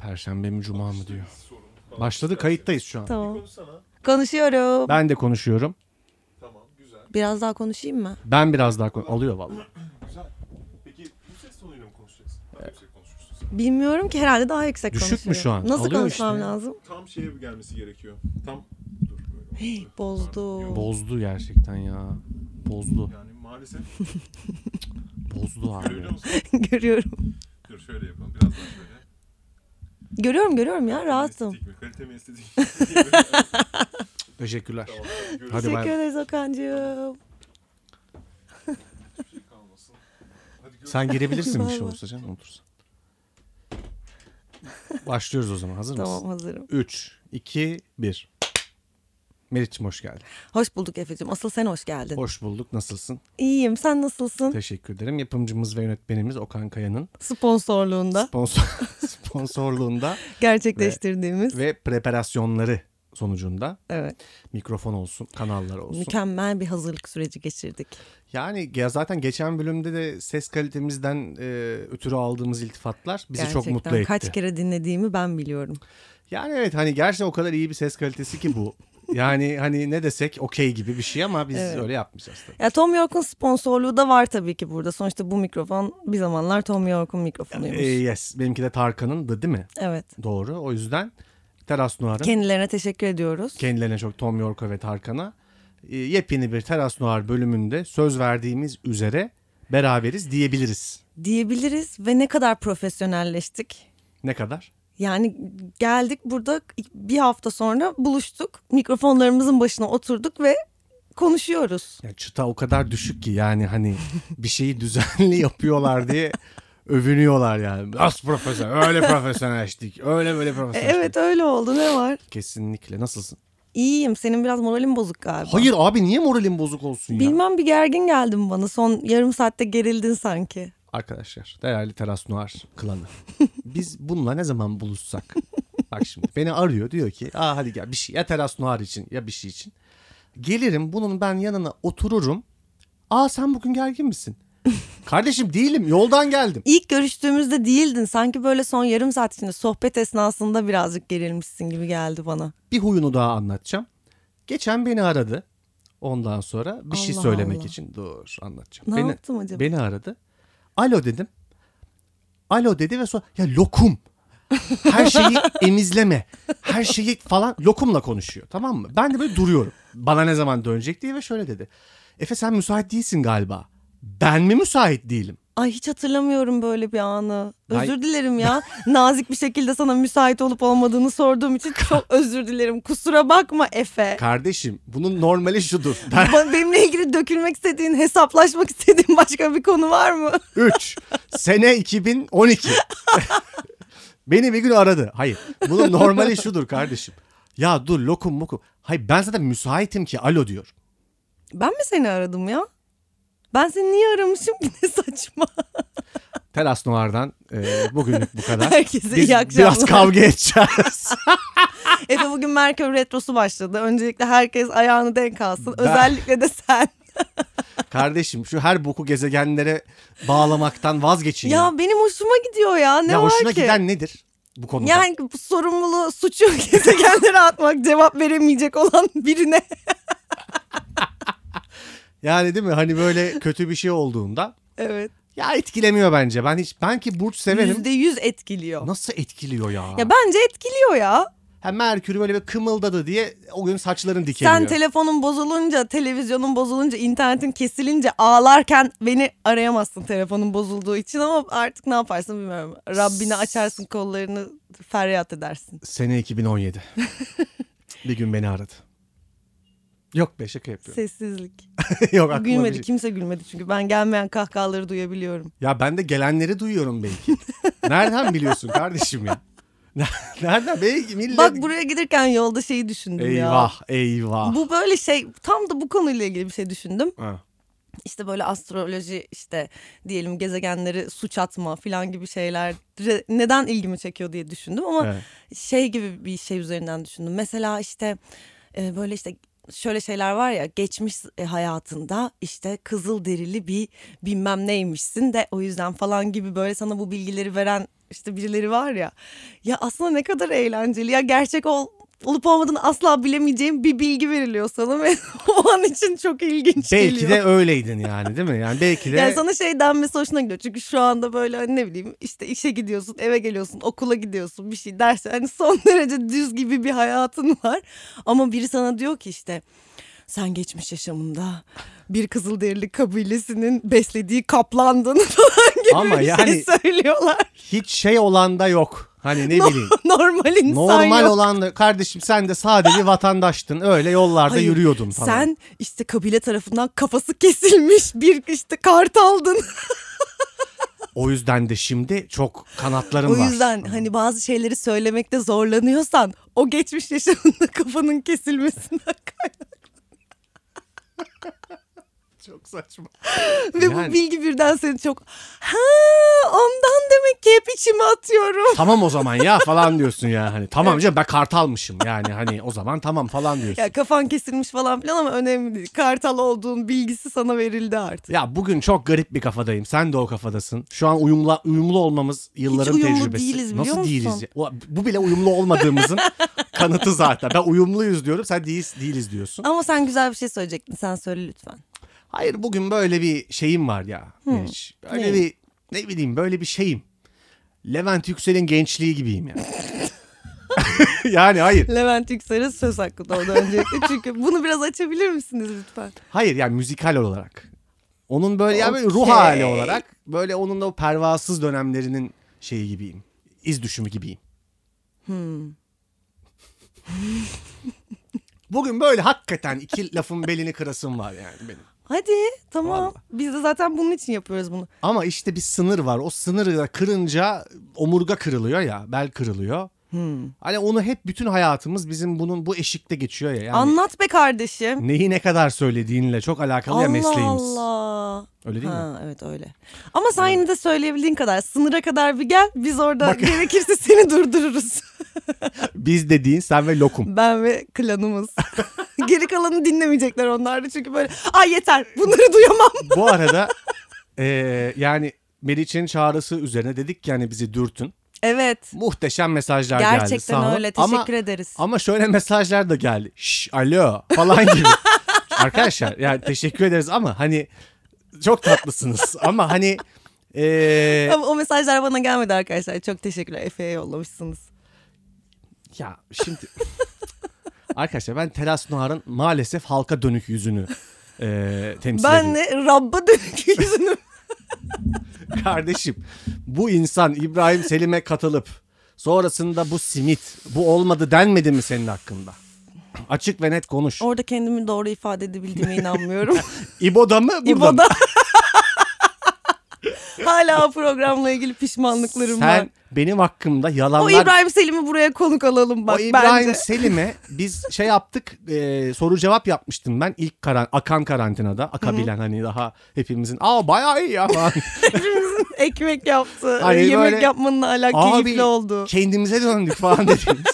Perşembe mi cuma mı diyor. Başladı kayıttayız şu an. Tamam. Konuşsana. Konuşuyorum. Ben de konuşuyorum. Tamam güzel. Biraz daha konuşayım mı? Ben biraz daha kon- alıyor vallahi. Güzel. Peki bu ses tonuyla mı konuşacaksın? Daha yüksek konuşursun sen. Bilmiyorum ki herhalde daha yüksek Düşük mü konuşuyorum. şu an? Nasıl Alıyor konuşmam işte. lazım? Tam şeye gelmesi gerekiyor. Tam dur böyle. Hey, bozdu. Bozdu gerçekten ya. Bozdu. Yani maalesef Bozdu abi. görüyor musun? görüyorum. Dur şöyle yapalım biraz daha şöyle. Görüyorum görüyorum ya rahatım. Estetik mi? Kalite mi estetik? Teşekkürler. tamam. Hadi Görüşürüz. bay Teşekkür bay. ederiz Okan'cığım. Şey kalmasın. Hadi görüşürüz. Sen girebilirsin bir Bay şey bay. olursa canım otursan. Başlıyoruz o zaman. Hazır Tamam mısın? hazırım. 3, 2, 1. Meriç'im hoş geldin. Hoş bulduk Efe'cim. Asıl sen hoş geldin. Hoş bulduk. Nasılsın? İyiyim sen nasılsın? Teşekkür ederim. Yapımcımız ve yönetmenimiz Okan Kaya'nın Sponsorluğunda sponsor, sponsorluğunda gerçekleştirdiğimiz. ve preparasyonları sonucunda evet. mikrofon olsun, kanallar olsun. Mükemmel bir hazırlık süreci geçirdik. Yani ge- zaten geçen bölümde de ses kalitemizden e, ötürü aldığımız iltifatlar bizi gerçekten. çok mutlu etti. Kaç kere dinlediğimi ben biliyorum. Yani evet hani gerçekten o kadar iyi bir ses kalitesi ki bu. Yani hani ne desek okey gibi bir şey ama biz Evet. öyle yapmayacağız tabii. Ya Tom York'un sponsorluğu da var tabii ki burada. Sonuçta bu mikrofon bir zamanlar Tom York'un mikrofonuymuş. E, yes. Benimki de Tarkan'ın da değil mi? evet. Doğru. O yüzden Teras Noir'ın Kendilerine teşekkür ediyoruz. kendilerine çok Tom York'a ve Tarkan'a e, yepyeni bir Teras Noir bölümünde söz verdiğimiz üzere beraberiz diyebiliriz. diyebiliriz ve ne kadar profesyonelleştik. Ne kadar? Yani geldik burada bir hafta sonra buluştuk. Mikrofonlarımızın başına oturduk ve konuşuyoruz. Ya çıta o kadar düşük ki yani hani bir şeyi düzenli yapıyorlar diye övünüyorlar yani. Az profesyonel, öyle profesyonelleştik, öyle böyle E, profesyonelleştik. evet öyle oldu ne var? Kesinlikle. Nasılsın? İyiyim senin biraz moralin bozuk galiba. Hayır abi niye moralin bozuk olsun ya? Bilmem bir gergin geldin bana son yarım saatte gerildin sanki. Arkadaşlar değerli Teras Noir klanı. Biz bununla ne zaman buluşsak? Bak şimdi beni arıyor diyor ki Aa, hadi gel bir şey ya Teras Noir için ya bir şey için. Gelirim bunun ben yanına otururum. Aa sen bugün gergin misin? Kardeşim değilim yoldan geldim. İlk görüştüğümüzde değildin sanki böyle son yarım saat içinde sohbet esnasında birazcık gerilmişsin gibi geldi bana. bir huyunu daha anlatacağım. Geçen beni aradı. Ondan sonra bir şey Allah söylemek Allah. için dur anlatacağım. Ne beni, yaptım acaba? Beni aradı. Alo dedim. Alo dedi ve sonra ya lokum. Her şeyi emizleme. Her şeyi falan lokumla konuşuyor tamam mı? Ben de böyle duruyorum. Bana ne zaman dönecek diye ve şöyle dedi. Efe sen müsait değilsin galiba. Ben mi müsait değilim? Ay hiç hatırlamıyorum böyle bir anı. Ben- Özür dilerim ya. Nazik bir şekilde sana müsait olup olmadığını sorduğum için çok özür dilerim. Kusura bakma Efe. Kardeşim bunun normali şudur. Ben Ba- Benimle ilgili dökülmek istediğin, hesaplaşmak istediğin başka bir konu var mı? 3. Sene 2012. Beni bir gün aradı. Hayır. Bunun normali şudur kardeşim. Ya dur lokum mokum. Hayır ben zaten müsaitim ki alo diyor. Ben mi seni aradım ya? Ben seni niye aramışım ki ne saçma. Teras Noir'dan e, bugünlük bu kadar. Herkese Biz iyi akşamlar. Biraz kavga edeceğiz. Efe bugün Merkür Retrosu başladı. Öncelikle herkes ayağını denk alsın. Ben- Özellikle de sen. kardeşim şu her boku gezegenlere bağlamaktan vazgeçin. Ya, Ya benim hoşuma gidiyor ya. Ne ya var hoşuna ki? giden nedir bu konuda? Yani bu sorumluluğu, suçu gezegenlere atmak, cevap veremeyecek olan birine. Yani değil mi? Hani böyle kötü bir şey olduğunda Evet. ya etkilemiyor bence. Ben hiç ben ki burç severim. Yüzde yüz etkiliyor. Nasıl etkiliyor ya? Ya bence etkiliyor ya. Ha Merkür böyle bir kımıldadı diye o gün saçların dikeliyor. Sen telefonun bozulunca, televizyonun bozulunca, internetin kesilince ağlarken beni arayamazsın telefonun bozulduğu için ama artık ne yaparsın bilmiyorum. Rabbine açarsın kollarını feryat edersin. Sene 2017. bir gün beni aradı. Yok be şaka yapıyorum. Sessizlik. Yok aklıma bir Gülmedi. şey- Kimse gülmedi çünkü ben gelmeyen kahkahaları duyabiliyorum. Ya ben de gelenleri duyuyorum belki. Nereden biliyorsun kardeşim ya? Ner- Nereden? Belki millet... Bak buraya giderken yolda şeyi düşündüm ya. Eyvah eyvah. Bu böyle şey tam da bu konuyla ilgili bir şey düşündüm. Ha. İşte böyle astroloji işte diyelim gezegenleri suç atma falan gibi şeyler neden ilgimi çekiyor diye düşündüm ama Evet. şey gibi bir şey üzerinden düşündüm. Mesela işte e, böyle işte şöyle şeyler var ya geçmiş e, hayatında işte kızıl derili bir bilmem neymişsin de o yüzden falan gibi böyle sana bu bilgileri veren işte birileri var ya. Ya aslında ne kadar eğlenceli ya gerçek ol, olup olmadığını asla bilemeyeceğim bir bilgi veriliyor sana ve o an için çok ilginç geliyor. Belki de öyleydin yani değil mi? Yani belki de Yani sana şey denmesi hoşuna gidiyor. Çünkü şu anda böyle hani ne bileyim işte işe gidiyorsun, eve geliyorsun, okula gidiyorsun bir şey derse hani son derece düz gibi bir hayatın var. Ama biri sana diyor ki işte sen geçmiş yaşamında bir Kızılderili kabilesinin beslediği kaplandın falan gibi Ama bir yani- şey söylüyorlar. hiç şey olan da yok. Hani ne bileyim. Normal insan Normal yok. olan da kardeşim sen de sade bir vatandaştın. Öyle yollarda Hayır, yürüyordun falan. Sen işte kabile tarafından kafası kesilmiş bir işte kartaldın. O yüzden de şimdi çok kanatlarım O var. yüzden hani bazı şeyleri söylemekte zorlanıyorsan o geçmiş yaşamında kafanın kesilmesinden kaynak. çok saçma. Ve Yani. bu bilgi birden seni çok ha ondan demek ki hep içime atıyorum. Tamam o zaman ya falan diyorsun ya hani. Tamam canım ben kartalmışım yani hani o zaman tamam falan diyorsun. Ya kafan kesilmiş falan filan ama önemli değil. Kartal olduğun bilgisi sana verildi artık. Ya bugün çok garip bir kafadayım. Sen de o kafadasın. Şu an uyumla, uyumlu olmamız yılların Hiç uyumlu tecrübesi. değiliz biliyor Nasıl musun? değiliz? Ya? Ulan Bu bile uyumlu olmadığımızın kanıtı zaten. Ben uyumluyuz diyorum. Sen değiliz, değiliz diyorsun. Ama sen güzel bir şey söyleyecektin. Sen söyle lütfen. Hayır bugün böyle bir şeyim var ya. Meriç. Öyle Ne? bir ne bileyim böyle bir şeyim. Levent Yüksel'in gençliği gibiyim yani. yani hayır. Levent Yüksel'e söz hakkı doğdu öncelikle. Çünkü bunu biraz açabilir misiniz lütfen? Hayır yani müzikal olarak. Onun böyle yani böyle ruh Okey. hali olarak böyle onun da o pervasız dönemlerinin şeyi gibiyim. İz düşümü gibiyim. Bugün böyle hakikaten iki lafın belini kırasım var yani benim. Hadi tamam. Biz de zaten bunun için yapıyoruz bunu. Ama işte bir sınır var. O sınırı da kırınca omurga kırılıyor ya, bel kırılıyor. Hmm. Hani onu hep bütün hayatımız bizim bunun bu eşikte geçiyor ya. Yani Anlat be kardeşim. neyi ne kadar söylediğinle çok alakalı ya mesleğimiz. Allah. Öyle değil mi? Ha, evet öyle. Ama sen yine de söyleyebildiğin kadar sınıra kadar bir gel biz orada gerekirse seni durdururuz. Biz dediğin sen ve lokum. Ben ve klanımız. Geri kalanı dinlemeyecekler onlar da çünkü böyle ay yeter bunları duyamam. Bu arada eee, yani Meriç'in çağrısı üzerine dedik ki yani bizi dürtün. Evet. Muhteşem mesajlar geldi. Gerçekten sağ olun. öyle Ama- teşekkür ederiz. Ama şöyle mesajlar da geldi. Şş alo falan gibi. Arkadaşlar yani teşekkür ederiz ama hani çok tatlısınız. ama hani eee, Ama o mesajlar bana gelmedi arkadaşlar. Çok teşekkürler. Efe'ye yollamışsınız. ya şimdi arkadaşlar ben Teras Noir'ın maalesef halka dönük yüzünü eee temsil ediyorum. Ben de Rabb'a dönük yüzünü Kardeşim bu insan İbrahim Selim'e katılıp sonrasında bu simit bu olmadı denmedi mi senin hakkında? Açık ve net konuş. orada kendimi doğru ifade edebildiğime inanmıyorum. İbo'da mı burada mı? İbo'da. Hala o programla ilgili pişmanlıklarım Sen var. benim hakkımda O yalanlar... İbrahim Selim'i buraya konuk alalım bak O İbrahim bence. Selim'e biz şey yaptık e, soru cevap yapmıştım ben ilk karan, akan karantinada akabilen hani daha hepimizin aa bayağı iyi ya falan. Ekmek yaptı. Hani Hayır, Yemek böyle- yapmanın hala keyifli oldu. kendimize döndük falan dediğimiz.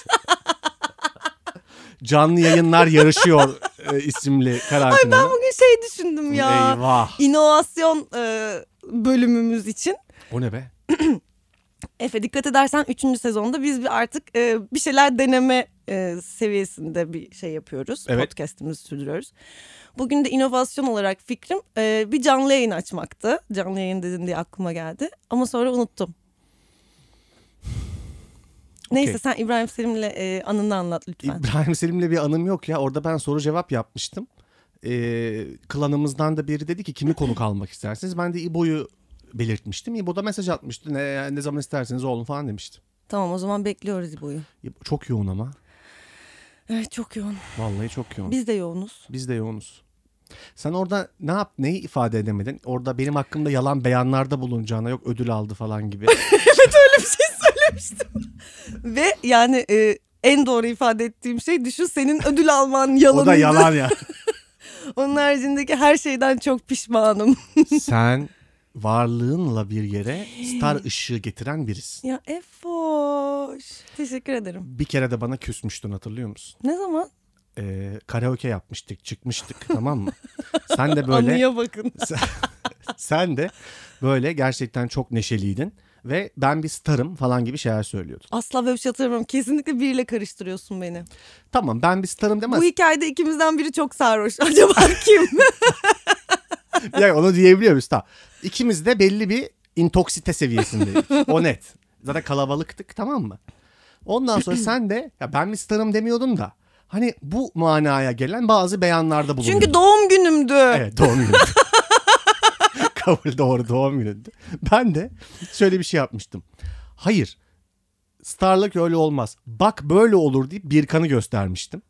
Canlı yayınlar yarışıyor e, isimli karantinada. Ben bugün şey düşündüm ya. Eyvah. İnovasyon e, bölümümüz için. O ne be? Efe dikkat edersen 3. sezonda biz bir artık e, bir şeyler deneme e, seviyesinde bir şey yapıyoruz. Evet. Podcast'imizi sürdürüyoruz. Bugün de inovasyon olarak fikrim e, bir canlı yayın açmaktı. Canlı yayın dedin diye aklıma geldi. Ama sonra unuttum. Neyse sen İbrahim Selim'le e, anını anlat lütfen. İbrahim Selim'le bir anım yok ya. Orada ben soru cevap yapmıştım. Ee, klanımızdan da biri dedi ki kimi konuk almak istersiniz? Ben de İbo'yu belirtmiştim. İbo da mesaj atmıştı. Ne, ne zaman isterseniz olun falan demiştim. Tamam o zaman bekliyoruz İbo'yu. İbo- Çok yoğun ama. Evet çok yoğun. Vallahi çok yoğun. Biz, Biz de yoğunuz. de yoğunuz. Sen orada ne yap neyi ifade edemedin? Orada benim hakkımda yalan beyanlarda bulunacağına yok ödül aldı falan gibi. Öyle bir şey söylemiştim. Ve yani e, en doğru ifade ettiğim şey düşün senin ödül alman yalanıydı. o da yalan ya. Onun haricindeki her şeyden çok pişmanım. Sen varlığınla bir yere star ışığı getiren birisin. ya Efoş. Teşekkür ederim. Bir kere de bana küsmüştün hatırlıyor musun? Ne zaman? e, karaoke yapmıştık çıkmıştık tamam mı? Sen de böyle Anıya bakın. sen de böyle gerçekten çok neşeliydin ve ben bir starım falan gibi şeyler söylüyordun. Asla böyle bir şey hatırlamıyorum. Kesinlikle biriyle karıştırıyorsun beni. Tamam ben bir starım demez. Bu hikayede ikimizden biri çok sarhoş. Acaba kim? yani onu diyebiliyoruz tamam. İkimiz de belli bir intoksite seviyesindeydik. o net. Zaten kalabalıktık tamam mı? Ondan sonra sen de ya ben bir starım demiyordun da hani bu manaya gelen bazı beyanlarda bulunuyordun. Çünkü doğum günümdü. Evet doğum günüydü. Kabul doğru doğum günüydü. Ben de şöyle bir şey yapmıştım. Hayır starlık öyle olmaz. Bak böyle olur deyip Birkan'ı göstermiştim.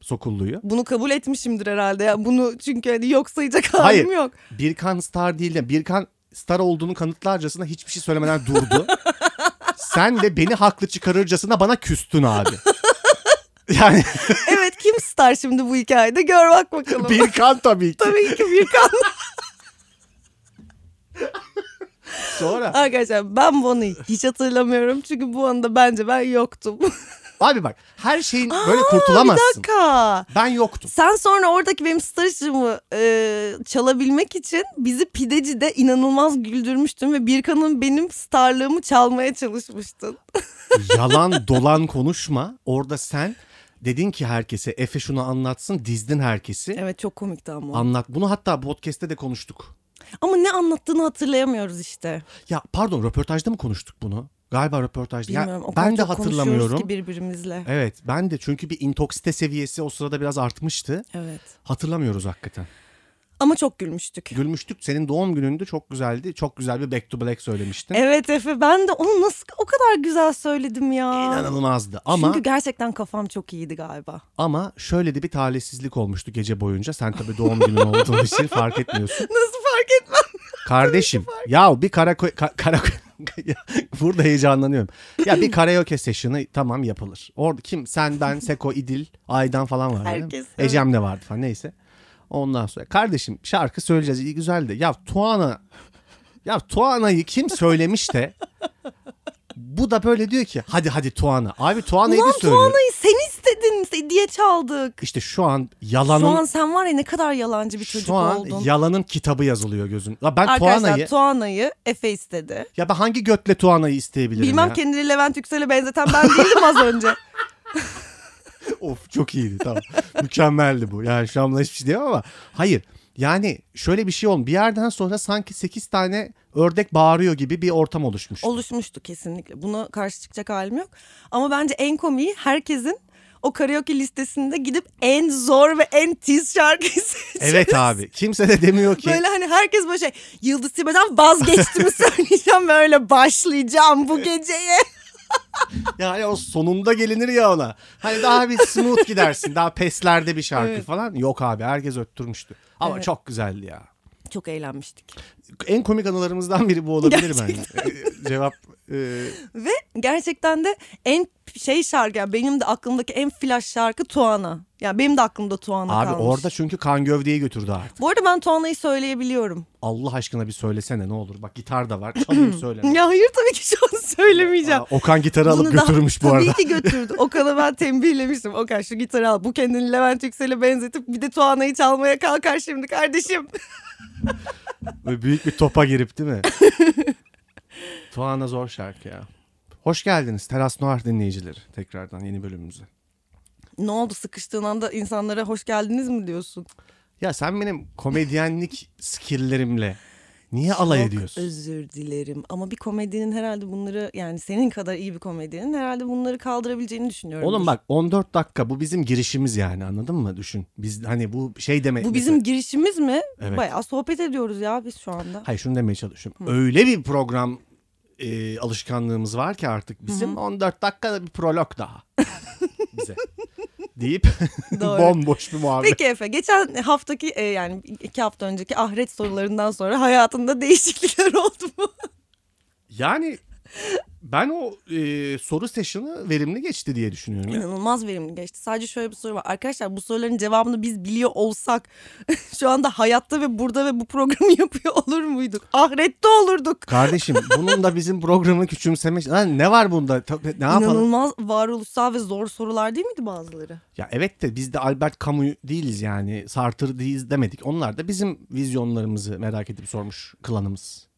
Sokullu'yu. Bunu kabul etmişimdir herhalde ya. Bunu çünkü hani yok sayacak halim Hayır. yok. Birkan star değil de Birkan star olduğunu kanıtlarcasına hiçbir şey söylemeden durdu. Sen de beni haklı çıkarırcasına bana küstün abi. Yani Evet kim star şimdi bu hikayede? Gör bak bakalım. Birkan tabii ki. Tabii ki Birkan. Sonra Arkadaşlar ben bu anıyı hiç hatırlamıyorum. Çünkü bu anda bence ben yoktum. abi bak her şeyin böyle Bir kurtulamazsın. dakika. Ben yoktum. Sen sonra oradaki benim stajımı e, çalabilmek için bizi pidecide inanılmaz güldürmüştün ve Birkan'ın benim starlığımı çalmaya çalışmıştın. Yalan dolan konuşma. Orada sen dedin ki herkese Efe şunu anlatsın dizdin herkesi. Evet çok komikti ama. Anlat. Bunu hatta podcast'te de konuştuk. ama ne anlattığını hatırlayamıyoruz işte. Ya pardon röportajda mı konuştuk bunu? Galiba röportajda. Ya Bilmiyorum o kadar ben de çok konuşuyoruz hatırlamıyorum. E- ki birbirimizle. Evet ben de çünkü bir intoksite seviyesi o sırada biraz artmıştı. Evet. Hatırlamıyoruz hakikaten. Ama çok gülmüştük. Gülmüştük senin doğum gününde çok güzeldi. Çok güzel bir back to black söylemiştin. Evet Efe ben de onu nasıl o kadar güzel söyledim ya. İnanılmazdı ama Çünkü gerçekten kafam çok iyiydi galiba. ama şöyle de bir talihsizlik olmuştu gece boyunca. Sen tabii doğum günün olduğu için fark etmiyorsun. Nasıl fark etmem? Kardeşim ya bir karaoke ka- karaoke- Ya, burada heyecanlanıyorum. Ya bir karaoke session'ı tamam yapılır. Orada kim sen ben Seko İdil Aydan falan var. değil mi? Herkes, evet. Ecem de vardı falan neyse. Ondan sonra kardeşim şarkı söyleyeceğiz iyi güzel de ya Tuana ya Tuana'yı kim söylemiş de bu da böyle diyor ki hadi hadi Tuana. Abi Tuana'yı Ulan bir söylüyor. Tuana'yı sen istedin diye çaldık. İşte şu an yalanın Şu an sen var ya ne kadar yalancı bir şu çocuk an oldun. yalanın kitabı yazılıyor gözün. Ya ben Arkadaşlar Tuana'yı Tuana'yı... Efe istedi. ya ben hangi götle Tuana'yı isteyebilirim Bilmem ya? kendini Levent Yüksel'e benzeten ben değildim az önce. Of çok iyiydi tamam. Mükemmeldi bu. Yani şu anda hiçbir şey diyemem ama hayır. Yani şöyle bir şey oldu. Bir yerden sonra sanki 8 tane ördek bağırıyor gibi bir ortam oluşmuş. Oluşmuştu kesinlikle. Buna karşı çıkacak halim yok. Ama bence en komiği herkesin o karaoke listesinde gidip en zor ve en tiz şarkıyı seçip. evet abi. Kimse de demiyor ki. Böyle hani herkes böyle şey Yıldız Tilbe'den vazgeçtiğimi söyleyeceğim ve öyle başlayacağım bu geceye. Yani o sonunda gelinir ya ona. Hani daha bir smooth gidersin. Daha peslerde bir şarkı Evet. falan. Yok abi herkes öttürmüştü. Ama Evet. çok güzeldi ya. Çok eğlenmiştik. En komik anılarımızdan biri bu olabilir bence. Cevap e, Ve gerçekten de en şey şarkı yani benim de aklımdaki en flash şarkı Tuana. Yani benim de aklımda Tuana abi kalmış. orada çünkü kan gövdeyi götürdü artık. Bu arada ben Tuana'yı söyleyebiliyorum. Allah aşkına bir söylesene ne olur. Bak gitar da var. Çalayım söyle. Ya hayır tabii ki şu an söylemeyeceğim. Aa, Okan gitarı alıp Bunu daha- götürmüş bu tabii arada. ki götürdü. Okan'a ben tembihlemiştim. Okan şu gitarı al. Bu kendini Levent Yüksel'e benzetip bir de Tuana'yı çalmaya kalkar şimdi kardeşim. Böyle büyük bir topa girip değil mi? Tuana zor şarkı ya. Hoş geldiniz Teras Noir dinleyicileri tekrardan yeni bölümümüze. Ne oldu sıkıştığın anda insanlara hoş geldiniz mi diyorsun? Ya sen benim komedyenlik skilllerimle niye alay Çok ediyorsun? özür dilerim ama bir komedinin herhalde bunları yani senin kadar iyi bir komedinin herhalde bunları kaldırabileceğini düşünüyorum. Oğlum bak 14 dakika bu bizim girişimiz yani anladın mı düşün. Biz hani bu şey demek. Bu bizim girişimiz mi? Evet. Bayağı sohbet ediyoruz ya biz şu anda. Hayır şunu demeye çalışıyorum. Öyle bir program e, alışkanlığımız var ki artık bizim 14 dakikada bir prolog daha bize deyip Doğru. bomboş bir muhabbet. Peki Efe geçen haftaki e, yani iki hafta önceki ahiret sorularından sonra hayatında değişiklikler oldu mu? Yani Ben o e, soru session'ı verimli geçti diye düşünüyorum. ya. İnanılmaz verimli geçti. Sadece şöyle bir soru var. Arkadaşlar bu soruların cevabını biz biliyor olsak şu anda hayatta ve burada ve bu programı yapıyor olur muyduk? Ahirette olurduk. Kardeşim bunun da bizim programı küçümsemek. Lan ne var bunda? Ta- Ne yapalım? İnanılmaz varoluşsal ve zor sorular değil miydi bazıları? Ya evet de biz de Albert Camus değiliz yani. Sartre değiliz demedik. Onlar da bizim vizyonlarımızı merak edip sormuş klanımız.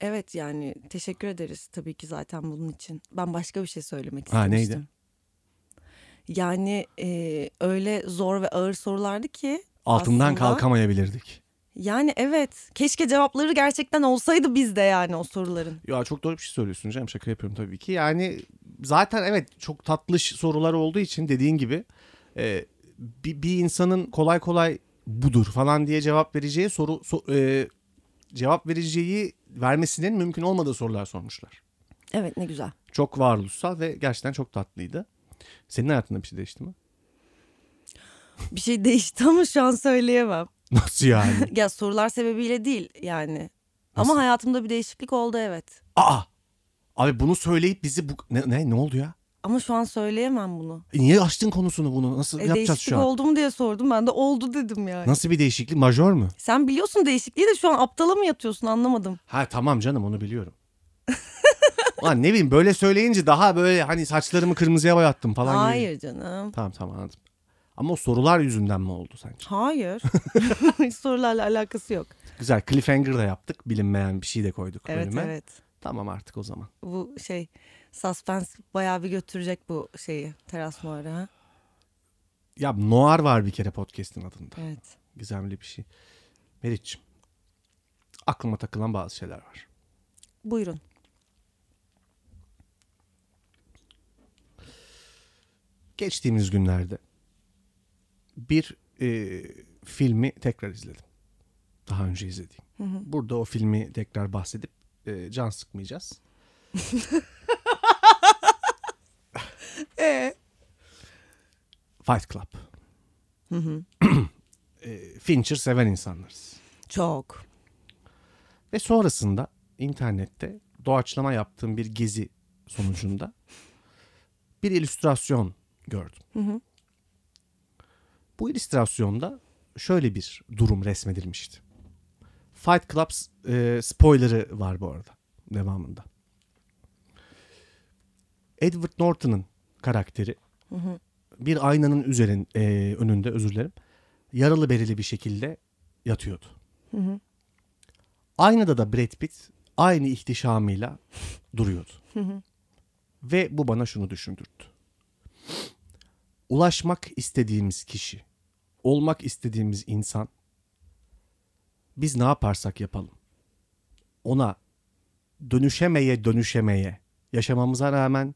Evet yani teşekkür ederiz tabii ki zaten bunun için. Ben başka bir şey söylemek Ha, istemiştim. neydi? Yani e, öyle zor ve ağır sorulardı ki. Altından aslında- kalkamayabilirdik. Yani evet. Keşke cevapları gerçekten olsaydı bizde yani o soruların. Ya çok doğru bir şey söylüyorsun canım şaka yapıyorum tabii ki. Yani zaten evet çok tatlış sorular olduğu için dediğin gibi e, bir, bir insanın kolay kolay budur falan diye cevap vereceği soru so- e, cevap vereceği vermesinin mümkün olmadığı sorular sormuşlar. Evet ne güzel. Çok varoluşsal ve gerçekten çok tatlıydı. Senin hayatında bir şey değişti mi? Bir şey değişti ama şu an söyleyemem. Nasıl yani? Ya sorular sebebiyle değil yani. Nasıl? Ama hayatımda bir değişiklik oldu evet. Aa! Abi bunu söyleyip bizi bu... Ne, ne, ne oldu ya? Ama şu an söyleyemem bunu. E niye açtın konusunu bunu? Nasıl E, yapacağız değişiklik şu an? oldu mu diye sordum ben de oldu dedim yani. Nasıl bir değişiklik? Majör mü? Sen biliyorsun değişikliği de şu an aptala mı yatıyorsun anlamadım. Ha tamam canım onu biliyorum. Lan ne bileyim böyle söyleyince daha böyle hani saçlarımı kırmızıya boyattım falan gibi. Hayır canım. Tamam tamam anladım. Ama o sorular yüzünden mi oldu sence? Hayır. Hiç Sorularla alakası yok. Güzel cliffhanger da yaptık. Bilinmeyen bir şey de koyduk Evet bölüme. evet. Tamam artık o zaman. Bu şey suspens bayağı bir götürecek bu şeyi teras muharı ha. Ya Noir var bir kere podcast'in adında. Evet. Gizemli bir şey. Meriç'ciğim aklıma takılan bazı şeyler var. Buyurun. geçtiğimiz günlerde bir e, filmi tekrar izledim. Daha önce izlediğim. Burada o filmi tekrar bahsedip e, can sıkmayacağız. Ee? Fight Club. E, Fincher seven insanlarız. Çok. Ve sonrasında internette doğaçlama yaptığım bir gezi sonucunda bir illüstrasyon gördüm. Bu illüstrasyonda şöyle bir durum resmedilmişti. Fight Club e, spoilerı var bu arada devamında. Edward Norton'ın karakteri bir aynanın üzerin e, önünde özür dilerim yaralı bereli bir şekilde yatıyordu. Aynada da Brad Pitt aynı ihtişamıyla duruyordu. Ve bu bana şunu düşündürttü. Ulaşmak istediğimiz kişi, olmak istediğimiz insan biz ne yaparsak yapalım. Ona dönüşemeye dönüşemeye yaşamamıza rağmen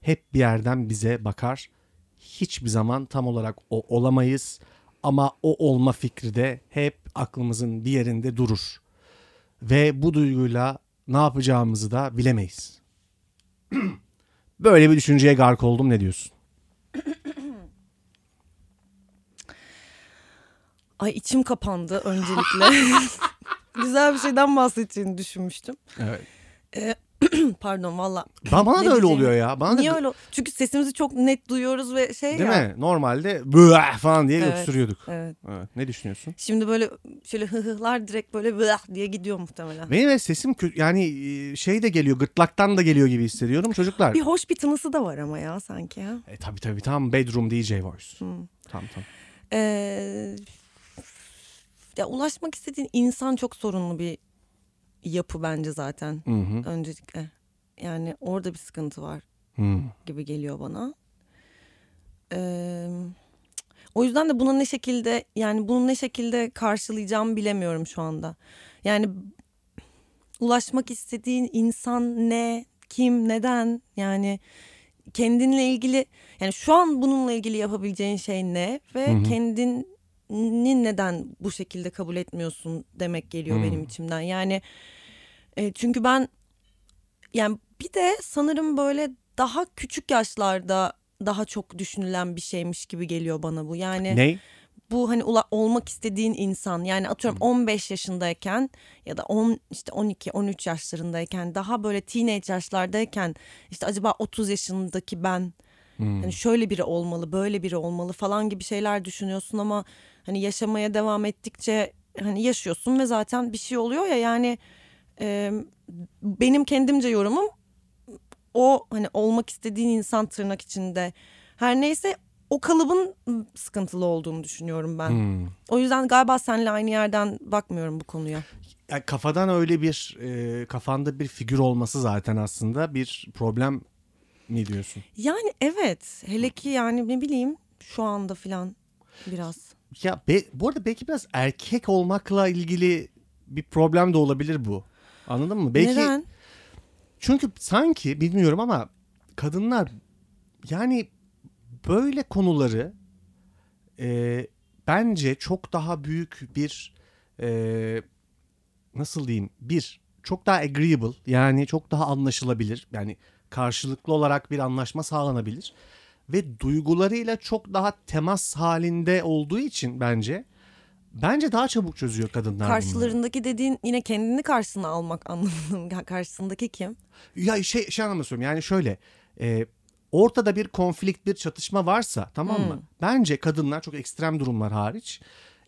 hep bir yerden bize bakar. Hiçbir zaman tam olarak o olamayız ama o olma fikri de hep aklımızın bir yerinde durur ve bu duyguyla ne yapacağımızı da bilemeyiz. Böyle bir düşünceye gark oldum ne diyorsun? Ay içim kapandı öncelikle. Güzel bir şeyden bahsedeceğini düşünmüştüm. Evet. Pardon valla. Bana, bana Ne da öyle diyeceğimi- oluyor ya. Bana Niye da, öyle? o- Çünkü sesimizi çok net duyuyoruz ve şey Değil ya. mi? Normalde "Bıah!" falan diye Evet, öksürüyorduk. Evet. Evet. Ne düşünüyorsun? Şimdi böyle şöyle hıhılar direkt böyle vıh diye gidiyor muhtemelen. Benim de sesim kö- yani e, şey de geliyor gırtlaktan da geliyor gibi hissediyorum çocuklar. Bir hoş bir tınısı da var ama ya sanki ha. E, tabii tabii tam bedroom DJ voice. Tam tam. Ee, ya ulaşmak istediğin insan çok sorunlu bir yapı bence zaten. Hı hı. Öncelikle. Yani orada bir sıkıntı var Hı. gibi geliyor bana. Ee, o yüzden de bunu ne şekilde yani bunu ne şekilde karşılayacağımı bilemiyorum şu anda. Yani ulaşmak istediğin insan ne, kim, neden yani kendinle ilgili yani şu an bununla ilgili yapabileceğin şey ne ve kendini neden bu şekilde kabul etmiyorsun demek geliyor benim içimden. Yani e, çünkü ben yani bir de sanırım böyle daha küçük yaşlarda daha çok düşünülen bir şeymiş gibi geliyor bana bu. Yani Ney? bu hani ula- olmak istediğin insan yani atıyorum 15 yaşındayken ya da 10 işte 12 13 yaşlarındayken daha böyle teenage yaşlardayken işte acaba 30 yaşındaki ben hani şöyle biri olmalı böyle biri olmalı falan gibi şeyler düşünüyorsun ama hani yaşamaya devam ettikçe hani yaşıyorsun ve zaten bir şey oluyor ya yani e, benim kendimce yorumum o hani olmak istediğin insan tırnak içinde her neyse o kalıbın sıkıntılı olduğunu düşünüyorum ben. Hmm. O yüzden galiba seninle aynı yerden bakmıyorum bu konuya. Ya kafadan öyle bir e, kafanda bir figür olması zaten aslında bir problem mi diyorsun? Yani evet hele ki yani ne bileyim şu anda filan biraz. Ya be- bu arada belki biraz erkek olmakla ilgili bir problem de olabilir bu. Anladın mı? Belki Neden? Çünkü sanki bilmiyorum ama kadınlar yani böyle konuları e, bence çok daha büyük bir e, nasıl diyeyim bir çok daha agreeable yani çok daha anlaşılabilir yani karşılıklı olarak bir anlaşma sağlanabilir ve duygularıyla çok daha temas halinde olduğu için bence bence daha çabuk çözüyor kadınlar bunları. Karşılarındaki dediğin yine kendini karşısına almak anlamında mı? Ya Karşısındaki kim? Ya şey, şey anlamda söylüyorum yani şöyle e, ortada bir konflikt bir çatışma varsa tamam Hmm. mı? Bence kadınlar çok ekstrem durumlar hariç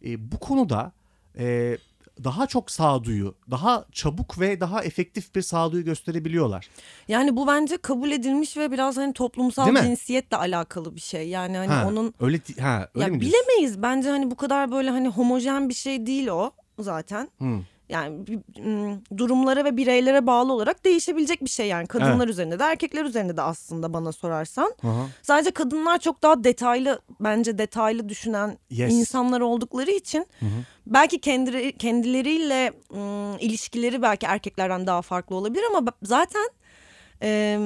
e, bu konuda e, daha çok sağduyu daha çabuk ve daha efektif bir sağduyu gösterebiliyorlar. Yani bu bence kabul edilmiş ve biraz hani toplumsal Değil mi? cinsiyetle alakalı bir şey. Yani hani ha, onun öyle di- ha öyle ya mi diyorsun? bilemeyiz bence hani bu kadar böyle hani homojen bir şey değil o zaten. Hı. Yani bir- m, durumlara ve bireylere bağlı olarak değişebilecek bir şey yani kadınlar üzerinde de erkekler üzerinde de aslında bana sorarsan. Aha. Sadece kadınlar çok daha detaylı bence detaylı düşünen Yes. insanlar oldukları için belki kendileri, kendileriyle m, ilişkileri belki erkeklerden daha farklı olabilir ama b- zaten e,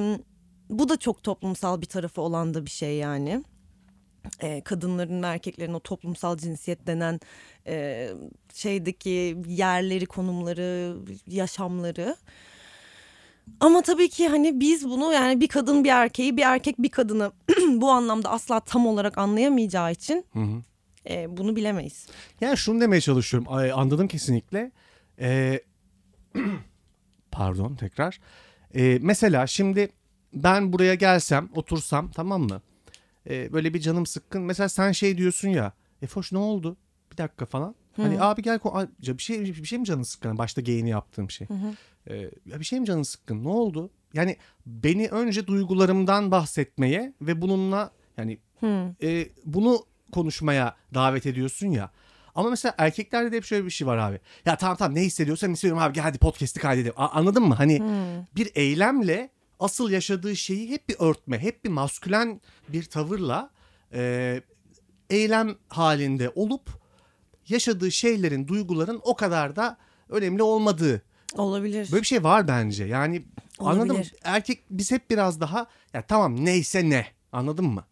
bu da çok toplumsal bir tarafı olan da bir şey yani. E, kadınların ve erkeklerin o toplumsal cinsiyet denen e, şeydeki yerleri, konumları, yaşamları. Ama tabii ki hani biz bunu yani bir kadın bir erkeği bir erkek bir kadını bu anlamda asla tam olarak anlayamayacağı için e, bunu bilemeyiz. Yani şunu demeye çalışıyorum. Ay, Anladım kesinlikle. Ee, pardon tekrar. Ee, mesela şimdi ben buraya gelsem, otursam tamam mı? Ee, böyle bir canım sıkkın. Mesela sen şey diyorsun ya. Efoş ne oldu? Bir dakika falan. Hani abi gel ko- Ay, ya bir şey bir şey mi canın sıkkın? Başta geyini yaptığım şey. Ee, ya bir şey mi canın sıkkın? Ne oldu? Yani beni önce duygularımdan bahsetmeye ve bununla yani e, bunu konuşmaya davet ediyorsun ya. Ama mesela erkeklerde de hep şöyle bir şey var abi. Ya tamam tamam ne hissediyorsan hissediyorum abi gel hadi podcast'i kaydedelim. A- anladın mı? Hani bir eylemle asıl yaşadığı şeyi hep bir örtme, hep bir maskülen bir tavırla e, eylem halinde olup yaşadığı şeylerin, duyguların o kadar da önemli olmadığı Olabilir. Böyle bir şey var bence. Yani anladım. Olabilir. Erkek biz hep biraz daha ya tamam neyse ne. Anladın mı?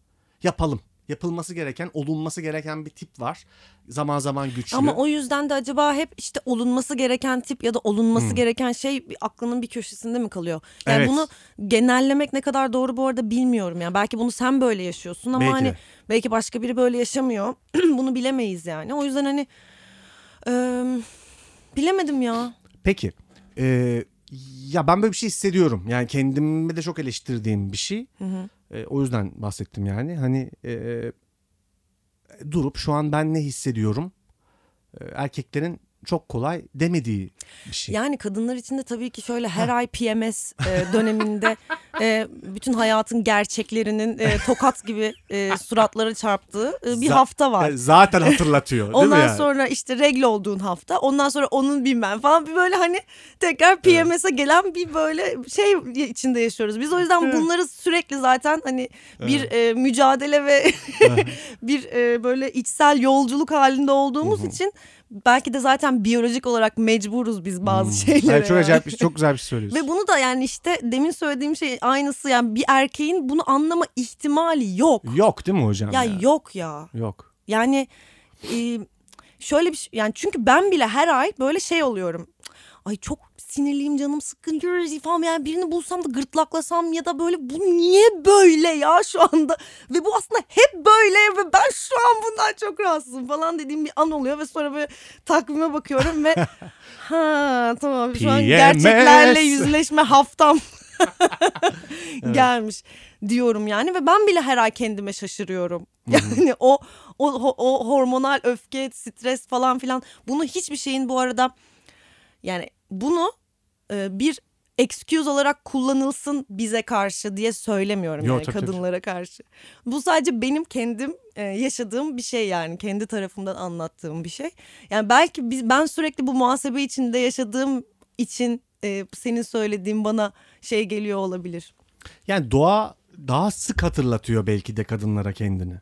Yapalım. Yapılması gereken, olunması gereken bir tip var. Zaman zaman güçlü. Ama o yüzden de acaba hep işte olunması gereken tip ya da olunması gereken şey bir- aklının bir köşesinde mi kalıyor? Yani Hmm. Evet. bunu genellemek ne kadar doğru bu arada bilmiyorum yani. Belki bunu sen böyle yaşıyorsun ama Belki hani de. belki başka biri böyle yaşamıyor. bunu bilemeyiz yani. O yüzden hani eee, bilemedim ya. Peki. Ee, ya ben böyle bir şey hissediyorum. Yani kendimi de çok eleştirdiğim bir şey. Ee, o yüzden bahsettim yani. Hani ee, durup şu an ben ne hissediyorum? Ee, erkeklerin çok kolay demediği bir şey. Yani kadınlar için de tabii ki şöyle her ay PMS e, döneminde e, bütün hayatın gerçeklerinin e, tokat gibi e, suratlara çarptığı e, bir Za- hafta var. Zaten hatırlatıyor. değil mi Ondan yani? sonra işte regle olduğun hafta ondan sonra onun bilmem falan bir böyle hani tekrar PMS'e gelen bir böyle şey içinde yaşıyoruz. Biz o yüzden bunları sürekli zaten hani bir e, mücadele ve bir e, böyle içsel yolculuk halinde olduğumuz için belki de zaten biyolojik olarak mecburuz biz bazı şeylere. Yani Hmm. çok yani. acayip, bir- çok güzel bir şey söylüyorsun. Ve bunu da yani işte demin söylediğim şey aynısı yani bir erkeğin bunu anlama ihtimali yok. Yok değil mi hocam? Ya yok ya. Yok. Yani e, şöyle bir şey yani çünkü ben bile her ay böyle şey oluyorum. ay çok sinirliyim canım sıkkın yürü ifam yani birini bulsam da gırtlaklasam ya da böyle bu niye böyle ya şu anda ve bu aslında hep böyle ve ben şu an bundan çok rahatsızım falan dediğim bir an oluyor ve sonra böyle takvime bakıyorum ve ha tamam şu an PMS. gerçeklerle yüzleşme haftam gelmiş diyorum yani ve ben bile her ay kendime şaşırıyorum. Yani o, o o- o hormonal öfke, stres falan filan bunu hiçbir şeyin bu arada yani bunu e, bir excuse olarak kullanılsın bize karşı diye söylemiyorum Yo, yani tabii, tabii. kadınlara karşı. Bu sadece benim kendim e, yaşadığım bir şey yani kendi tarafımdan anlattığım bir şey. Yani belki biz ben sürekli bu muhasebe içinde yaşadığım için e, senin söylediğin bana şey geliyor olabilir. Yani doğa daha sık hatırlatıyor belki de kadınlara kendini.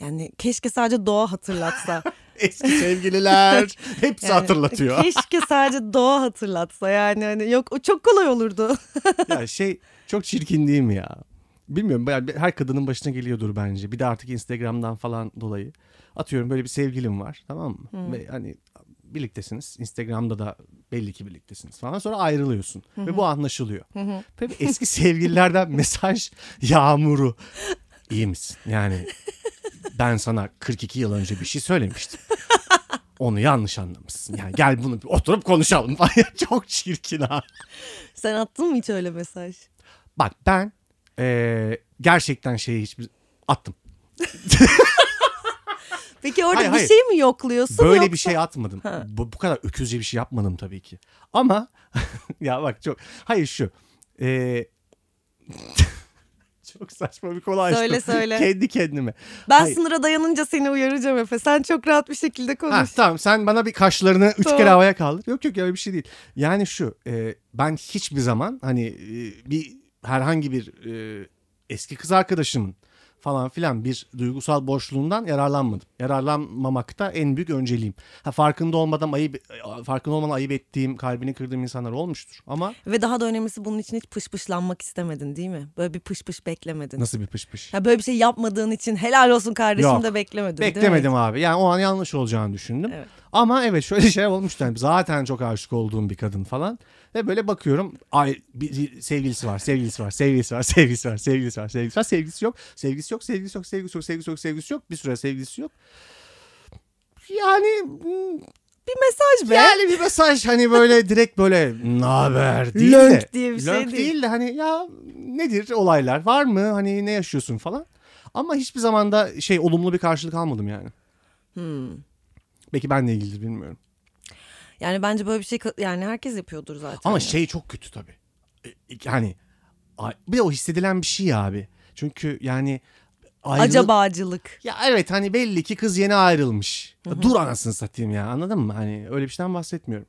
Yani keşke sadece doğa hatırlatsa. Eski sevgililer hepsi Yani hatırlatıyor. Keşke sadece doğa hatırlatsa yani hani yok o çok kolay olurdu. ya şey çok çirkin değil mi ya? Bilmiyorum yani her kadının başına geliyordur bence. Bir de artık Instagram'dan falan dolayı. Atıyorum böyle bir sevgilim var tamam mı? Ve hani birliktesiniz. Instagram'da da belli ki birliktesiniz falan. Sonra ayrılıyorsun. Ve bu anlaşılıyor. Tabii eski sevgililerden mesaj yağmuru. İyi misin? Yani ben sana 42 yıl önce bir şey söylemiştim. Onu yanlış anlamışsın. Yani gel bunu bir oturup konuşalım. falan. Çok çirkin ha. Sen attın mı hiç öyle mesaj? Bak ben eee, gerçekten şeyi hiçbir attım. Peki orada Hayır, bir hayır. şey mi yokluyorsun Böyle yoksa- bir şey atmadım. Bu, bu kadar öküzce bir şey yapmadım tabii ki. Ama ya bak çok hayır şu. eee, çok saçma bir konu açtım. Söyle, söyle. Kendi kendime. Ben Hayır. sınıra dayanınca seni uyaracağım Efe. Sen çok rahat bir şekilde konuş. Ha, tamam sen bana bir kaşlarını üç Tamam. kere havaya kaldır. Yok yok öyle bir şey değil. Yani şu e, ben hiçbir zaman hani e, bir herhangi bir e, eski kız arkadaşımın falan filan bir duygusal boşluğundan yararlanmadım. Yararlanmamakta en büyük önceliğim. Ha, farkında olmadan ayıp e, farkında olmadan ayıp ettiğim, kalbini kırdığım insanlar olmuştur ama Ve daha da önemlisi bunun için hiç pışpışlanmak istemedin değil mi? Böyle bir pışpış beklemedin. nasıl bir pış pış. Ya böyle bir şey yapmadığın için helal olsun kardeşim Yok. de beklemedin değil mi? Beklemedim abi. Yani o an yanlış olacağını düşündüm. Evet. Ama evet şöyle şeyler olmuştu. Yani zaten çok aşık olduğum bir kadın falan. Ve böyle bakıyorum. Ay bir, bir sevgilisi var, sevgilisi var, sevgilisi var, sevgilisi var, sevgilisi var, sevgilisi var, sevgilisi yok. Sevgilisi yok, sevgilisi yok, sevgilisi yok, sevgilisi yok, sevgilisi yok. Bir süre sevgilisi yok. Yani hmm, Bir mesaj be. yani bir mesaj hani böyle direkt böyle ne haber değil de. Lönk diye bir şey lönk değil. de hani ya nedir olaylar var mı hani ne yaşıyorsun falan. Ama hiçbir zaman da şey olumlu bir karşılık almadım yani. Hmm. Belki benle ilgilidir bilmiyorum. Yani bence böyle bir şey ka- yani herkes yapıyordur zaten. Ama Yani. şey çok kötü tabii. E, Yani a- bir de o hissedilen bir şey abi. Çünkü yani ayrılık... Acabacılık. Ya evet hani belli ki kız yeni ayrılmış. Ya Dur anasını satayım ya anladın mı? Hani öyle bir şeyden bahsetmiyorum.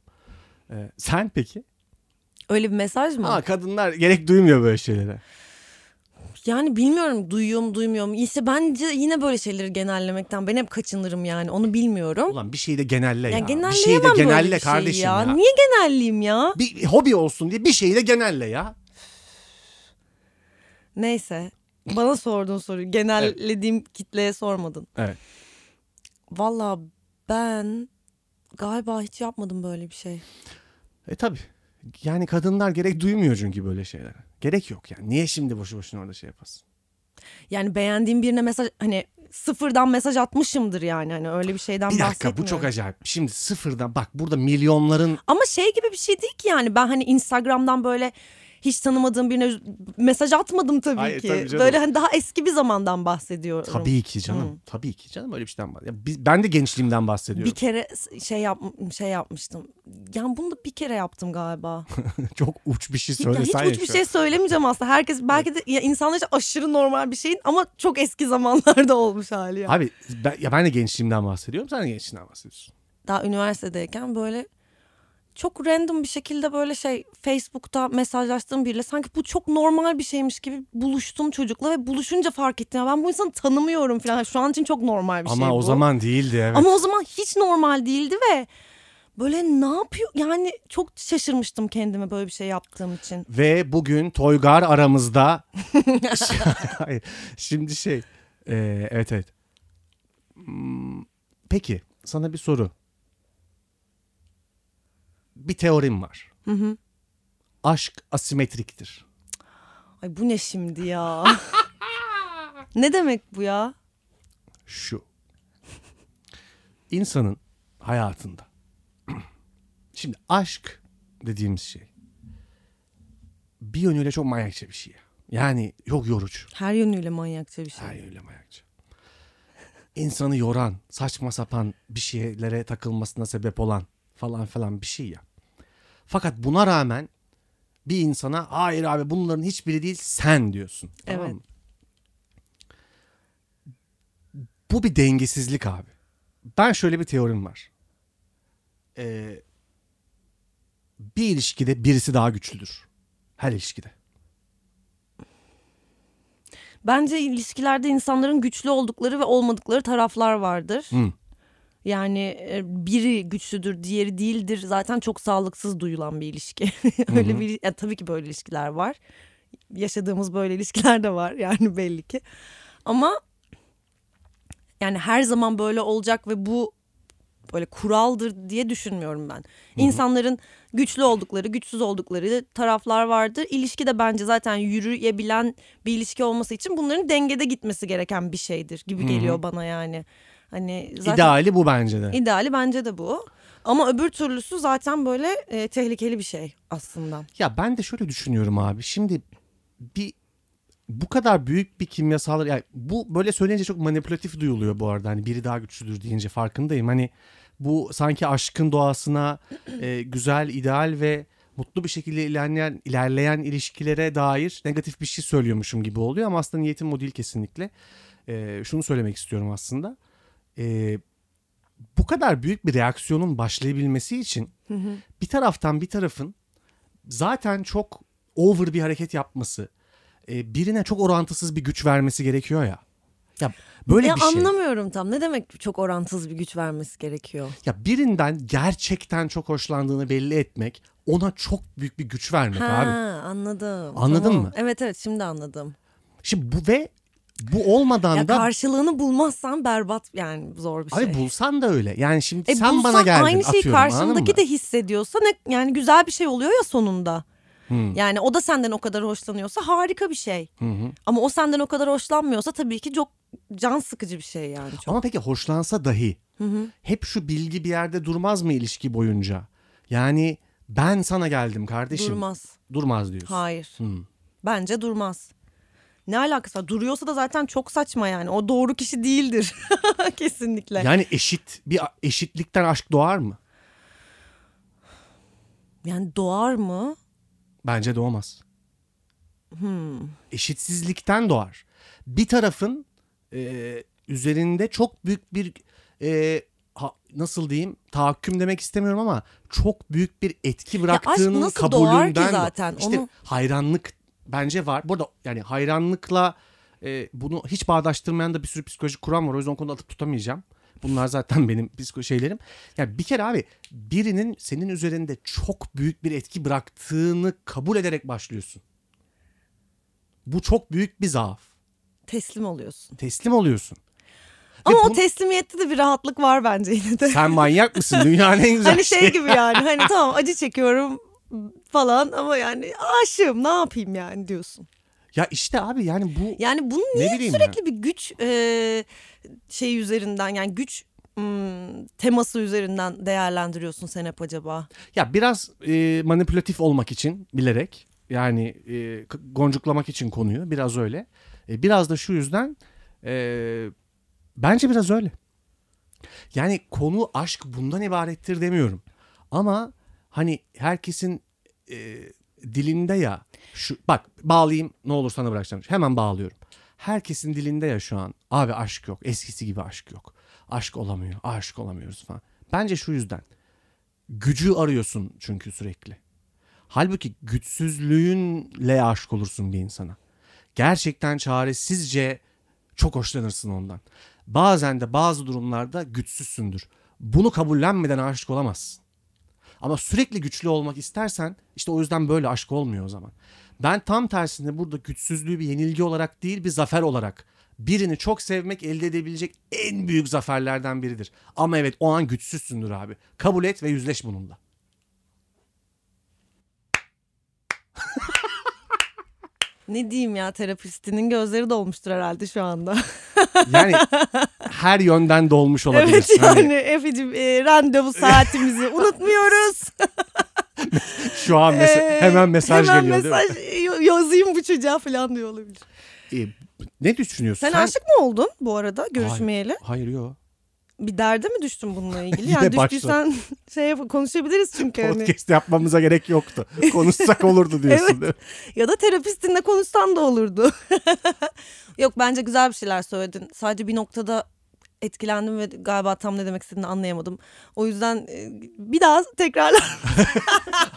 Ee, sen peki? Öyle bir mesaj mı? Ama kadınlar gerek duymuyor böyle şeylere. Yani bilmiyorum duyuyor mu duymuyor mu. İşte bence yine böyle şeyleri genellemekten ben hep kaçınırım yani onu bilmiyorum. Ulan bir şeyi de genelle ya. yani Bir genelleyemem şeyi de böyle genelle bir şeyi kardeşim ya. ya. Niye genelleyeyim ya? Bir hobi olsun diye bir şeyi de genelle ya. Neyse. Bana sorduğun soruyu genellediğim kitleye sormadın. Evet. Valla ben galiba hiç yapmadım böyle bir şey. E tabi. Yani kadınlar gerek duymuyor çünkü böyle şeylere. Gerek yok yani. Niye şimdi boşu boşuna orada şey yapasın? Yani beğendiğim birine mesaj hani sıfırdan mesaj atmışımdır yani hani öyle bir şeyden Bir dakika bahsetmiyorum. bu çok acayip. Şimdi sıfırdan bak burada milyonların Ama şey gibi bir şey değil ki yani ben hani Instagram'dan böyle hiç tanımadığım birine mesaj atmadım tabii Hayır, ki. tabii canım. böyle hani daha eski bir zamandan bahsediyorum. tabii ki canım. Tabii ki canım öyle bir şeyden bahsediyorum. Biz, ben de gençliğimden bahsediyorum. Bir kere şey yap şey yapmıştım. Yani bunu da bir kere yaptım galiba. çok uç bir şey Hiç, ya hiç söylesen ya hiçbir şu şey an. söylemeyeceğim aslında. Herkes belki de ya insanlar için aşırı normal bir şeyin ama çok eski zamanlarda olmuş hali ya. Abi ben, ya ben de gençliğimden bahsediyorum. Sen de gençliğinden bahsediyorsun. Daha üniversitedeyken böyle çok random bir şekilde böyle şey Facebook'ta mesajlaştığım biriyle sanki bu çok normal bir şeymiş gibi buluştum çocukla ve buluşunca fark ettim. Ya ben bu insanı tanımıyorum falan. Şu an için çok normal bir şey Ama o bu. zaman değildi evet. Ama o zaman hiç normal değildi ve böyle ne yapıyor? Yani çok şaşırmıştım kendime böyle bir şey yaptığım için. Ve bugün Toygar aramızda. Hayır, Şimdi şey. e, evet evet. Hmm, Peki sana bir soru. bir teorim var. Aşk asimetriktir. Ay bu ne şimdi ya? ne demek bu ya? Şu. İnsanın hayatında. Şimdi aşk dediğimiz şey bir yönüyle çok manyakça bir şey. Yani çok yorucu. Her yönüyle manyakça bir şey. Hayır öyle manyakça. İnsanı yoran, saçma sapan bir şeylere takılmasına sebep olan falan falan bir şey ya. Fakat buna rağmen bir insana hayır abi bunların hiçbiri değil sen diyorsun. Tamam Evet. mı? Bu bir dengesizlik abi. Ben şöyle bir teorim var. Ee, bir ilişkide birisi daha güçlüdür. Her ilişkide. Bence ilişkilerde insanların güçlü oldukları ve olmadıkları taraflar vardır. Yani e, biri güçlüdür, diğeri değildir. Zaten çok sağlıksız duyulan bir ilişki. Öyle bir ya tabii ki böyle ilişkiler var. Yaşadığımız böyle ilişkiler de var yani belli ki. Ama yani her zaman böyle olacak ve bu böyle kuraldır diye düşünmüyorum ben. İnsanların güçlü oldukları, güçsüz oldukları taraflar vardır. İlişki de bence zaten yürüyebilen bir ilişki olması için bunların dengede gitmesi gereken bir şeydir gibi geliyor bana yani. Hani zaten İdeali bu bence de. ideali bence de bu. Ama öbür türlüsü zaten böyle e, tehlikeli bir şey aslında. Ya ben de şöyle düşünüyorum abi. Şimdi bir bu kadar büyük bir kimyasal yani bu böyle söyleyince çok manipülatif duyuluyor bu arada. Hani biri daha güçlüdür deyince farkındayım. Hani bu sanki aşkın doğasına e, güzel, ideal ve mutlu bir şekilde ilerleyen ilerleyen ilişkilere dair negatif bir şey söylüyormuşum gibi oluyor ama aslında niyetim o değil kesinlikle. E, şunu söylemek istiyorum aslında. E, bu kadar büyük bir reaksiyonun başlayabilmesi için bir taraftan bir tarafın zaten çok over bir hareket yapması, e, birine çok orantısız bir güç vermesi gerekiyor ya. Ya böyle Ya bir şey. anlamıyorum tam. Ne demek çok orantısız bir güç vermesi gerekiyor? Ya birinden gerçekten çok hoşlandığını belli etmek, ona çok büyük bir güç vermek ha abi. anladım. Anladın Tamam. mı? Evet evet şimdi anladım. Şimdi bu ve bu olmadan Ya da karşılığını bulmazsan berbat yani zor bir şey. abi bulsan da öyle. Yani şimdi E sen bana bulsan geldin aynı şeyi atıyorum, anladın mı? karşındaki de hissediyorsa ne, yani güzel bir şey oluyor ya sonunda. Hmm. Yani o da senden o kadar hoşlanıyorsa harika bir şey. Ama o senden o kadar hoşlanmıyorsa tabii ki çok can sıkıcı bir şey yani çok. Ama peki hoşlansa dahi hep şu bilgi bir yerde durmaz mı ilişki boyunca? Yani ben sana geldim kardeşim. Durmaz. Durmaz diyorsun. Hayır. Bence durmaz. Ne alakası var? Duruyorsa da zaten çok saçma yani. O doğru kişi değildir. Kesinlikle. Yani, Yani eşit bir a- eşitlikten aşk doğar mı? doğar mı? Bence doğmaz. Eşitsizlikten doğar. Bir tarafın e, üzerinde çok büyük bir e, ha- nasıl diyeyim tahakküm demek istemiyorum ama çok büyük bir etki bıraktığının nasıl kabulünden doğar ki bu- zaten? İşte Onu- hayranlık bence var. Burada yani hayranlıkla e, bunu hiç bağdaştırmayan da bir sürü psikolojik kuram var. O yüzden o konuda atıp tutamayacağım. Bunlar zaten benim psiko şeylerim. Yani bir kere abi birinin senin üzerinde çok büyük bir etki bıraktığını kabul ederek başlıyorsun. Bu çok büyük bir zaaf. Teslim oluyorsun. Teslim oluyorsun. Ama o bunu- teslimiyette de bir rahatlık var bence yine de. Sen manyak mısın? Dünyanın en güzel hani şey, şeyi. gibi yani hani tamam acı çekiyorum falan ama yani aşığım ne yapayım yani diyorsun. Ya işte abi yani bu Yani bunu Ne niye bileyim sürekli bir güç e, şey üzerinden yani güç hmm, teması üzerinden değerlendiriyorsun sen hep acaba? ya biraz e, manipülatif olmak için bilerek yani e, k- goncuklamak için konuyu biraz öyle. E, biraz da şu yüzden e, bence biraz öyle. Yani konu aşk bundan ibarettir demiyorum. Ama hani herkesin e, dilinde ya şu bak bağlayayım ne olur sana bırakacağım. Hemen bağlıyorum. Herkesin dilinde ya şu an abi aşk yok. Eskisi gibi aşk yok. Aşk olamıyor. Aşk olamıyoruz falan. Bence şu yüzden. Gücü arıyorsun çünkü sürekli. Halbuki güçsüzlüğünle aşık olursun bir insana. Gerçekten çaresizce çok hoşlanırsın ondan. Bazen de bazı durumlarda güçsüzsündür. Bunu kabullenmeden aşık olamazsın. Ama sürekli güçlü olmak istersen işte o yüzden böyle aşk olmuyor o zaman. Ben tam tersine burada güçsüzlüğü bir yenilgi olarak değil bir zafer olarak birini çok sevmek elde edebilecek en büyük zaferlerden biridir. Ama evet o an güçsüzsündür abi. Kabul et ve yüzleş bununla. Ne diyeyim ya terapistinin gözleri dolmuştur herhalde şu anda. Yani her yönden dolmuş olabilir. evet Hani yani Efe'cim e, randevu saatimizi unutmuyoruz. şu an mese- Ee, hemen mesaj hemen geliyor değil mi? mesaj y- yazayım bu çocuğa falan diyor olabilir. Ee, ne düşünüyorsun? Sen, aşık mı oldun bu arada görüşmeyeli? Hayır yok. Bir derde mi düştün bununla ilgili? Yine Yani başla. düştüysen şey yap- konuşabiliriz çünkü. hani. Podcast yapmamıza gerek yoktu. Konuşsak olurdu diyorsun. değil mi? Ya da terapistinle konuşsan da olurdu. Yok bence güzel bir şeyler söyledin. Sadece bir noktada etkilendim ve galiba tam ne demek istediğini anlayamadım. O yüzden e, bir daha tekrarla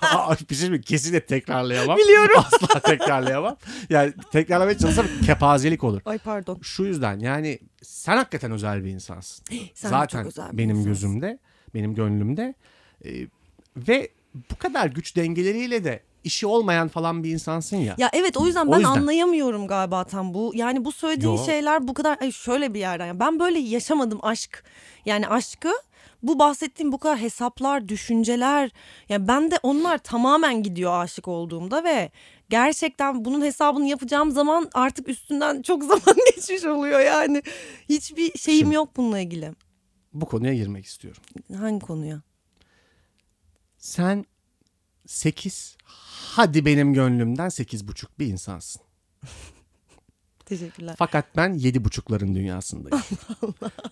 Aa, bir şey mi? Kesinlikle tekrarlayamam. Biliyorum. Asla tekrarlayamam. Yani tekrarlamaya çalışsam kepazelik olur. Ay pardon. Şu yüzden yani sen hakikaten özel bir insansın. Sen Zaten çok özel bir benim insansın. gözümde, benim gönlümde Ee, ve bu kadar güç dengeleriyle de işi olmayan falan bir insansın ya. Ya evet o yüzden O ben yüzden. anlayamıyorum galiba tam bu. Yani bu söylediğin Yo. şeyler bu kadar ay şöyle bir yerden. Yani ben böyle yaşamadım aşk. Yani aşkı bu bahsettiğim bu kadar hesaplar, düşünceler. Yani ben de onlar tamamen gidiyor aşık olduğumda ve gerçekten bunun hesabını yapacağım zaman artık üstünden çok zaman geçmiş oluyor yani. Hiçbir şeyim Şimdi- yok bununla ilgili. Bu konuya girmek istiyorum. Hangi konuya? Sen 8 hadi benim gönlümden 8,5 bir insansın. Teşekkürler. Fakat ben yedi buçukların dünyasındayım.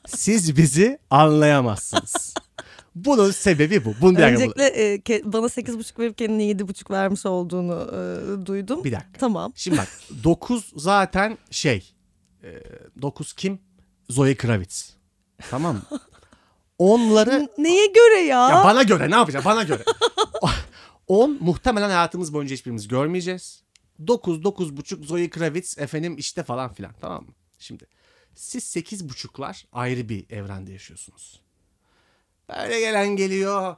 Siz bizi anlayamazsınız. Bunun sebebi bu. Bunu bir dakika- Öncelikle e, ke- bana 8,5 verip kendine 7,5 vermiş olduğunu e, duydum. Bir dakika. Tamam. Şimdi bak 9 zaten şey. 9 kim? Zoe Kravitz. Tamam mı? Onları Neye göre ya? ya bana göre ne yapacağım bana göre. 10 muhtemelen hayatımız boyunca hiçbirimiz görmeyeceğiz. 9 dokuz buçuk Zoe Kravitz efendim işte falan filan tamam mı? Şimdi siz sekiz buçuklar ayrı bir evrende yaşıyorsunuz. Böyle gelen geliyor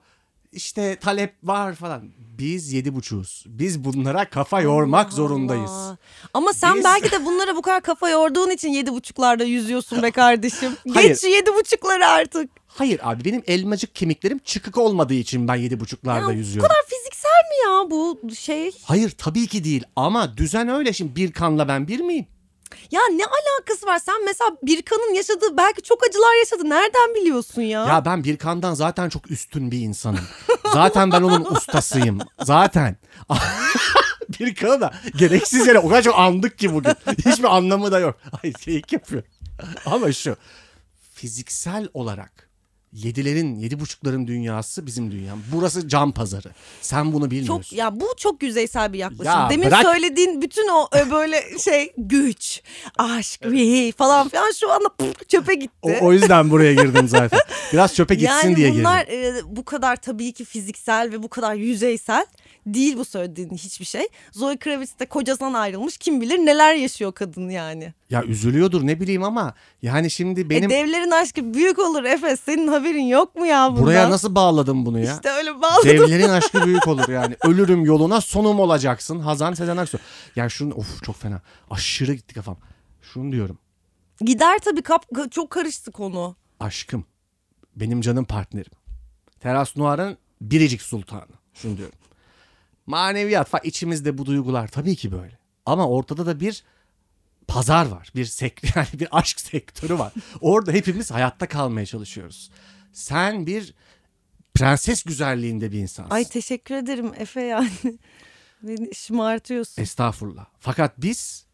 işte talep var falan. Biz yedi buçuğuz. Biz bunlara kafa yormak Allah zorundayız. Allah. Ama sen Biz- belki de bunlara bu kadar kafa yorduğun için yedi buçuklarda yüzüyorsun be kardeşim. Hayır. Geç yedi buçukları artık. Hayır abi benim elmacık kemiklerim çıkık olmadığı için ben yedi buçuklarda Ya yüzüyorum. Bu kadar fiziksel mi ya bu şey? Hayır tabii ki değil ama düzen öyle şimdi bir kanla ben bir miyim? Ya ne alakası var? Sen mesela Birkan'ın yaşadığı belki çok acılar yaşadı. Nereden biliyorsun ya? Ya ben Birkan'dan zaten çok üstün bir insanım. Zaten ben onun ustasıyım. Zaten. Birkan'ı da gereksiz yere o kadar çok andık ki bugün. Hiçbir anlamı da yok. Ay geyik yapıyor. Ama şu. Fiziksel olarak yedilerin, yedi buçukların dünyası bizim dünyam. Burası can pazarı. Sen bunu bilmiyorsun. çok ya bu çok yüzeysel bir yaklaşım. Ya Demin bırak- söylediğin bütün o e, böyle şey güç, aşk vii falan filan şu anda pf, çöpe gitti. O, o yüzden buraya girdim zaten. Biraz çöpe gitsin yani diye bunlar girdim. e, bu kadar tabii ki fiziksel ve bu kadar yüzeysel değil bu söylediğin hiçbir şey. Zoe Kravitz de kocasından ayrılmış. Kim bilir neler yaşıyor kadın yani. Ya üzülüyordur ne bileyim ama yani şimdi benim E, devlerin aşkı büyük olur Efe. Senin haberin yok mu ya bundan? buraya nasıl bağladım bunu ya? İşte öyle bağlı. Devlerin aşkı büyük olur yani. Ölürüm yoluna sonum olacaksın. Hazan Sezen Aksu. Yani şunu of çok fena. Aşırı gitti kafam. Şunu diyorum. Gider tabii kap, ka- çok karıştı konu. Aşkım. Benim canım partnerim. Teras Noir'ın biricik sultanı. Şunu diyorum. Maneviyat falan içimizde bu duygular tabii ki böyle. Ama ortada da bir pazar var. Bir sek yani bir aşk sektörü var. Orada hepimiz hayatta kalmaya çalışıyoruz. Sen bir prenses güzelliğinde bir insansın. Ay teşekkür ederim Efe yani. Beni E, şımartıyorsun. Estağfurullah. Fakat biz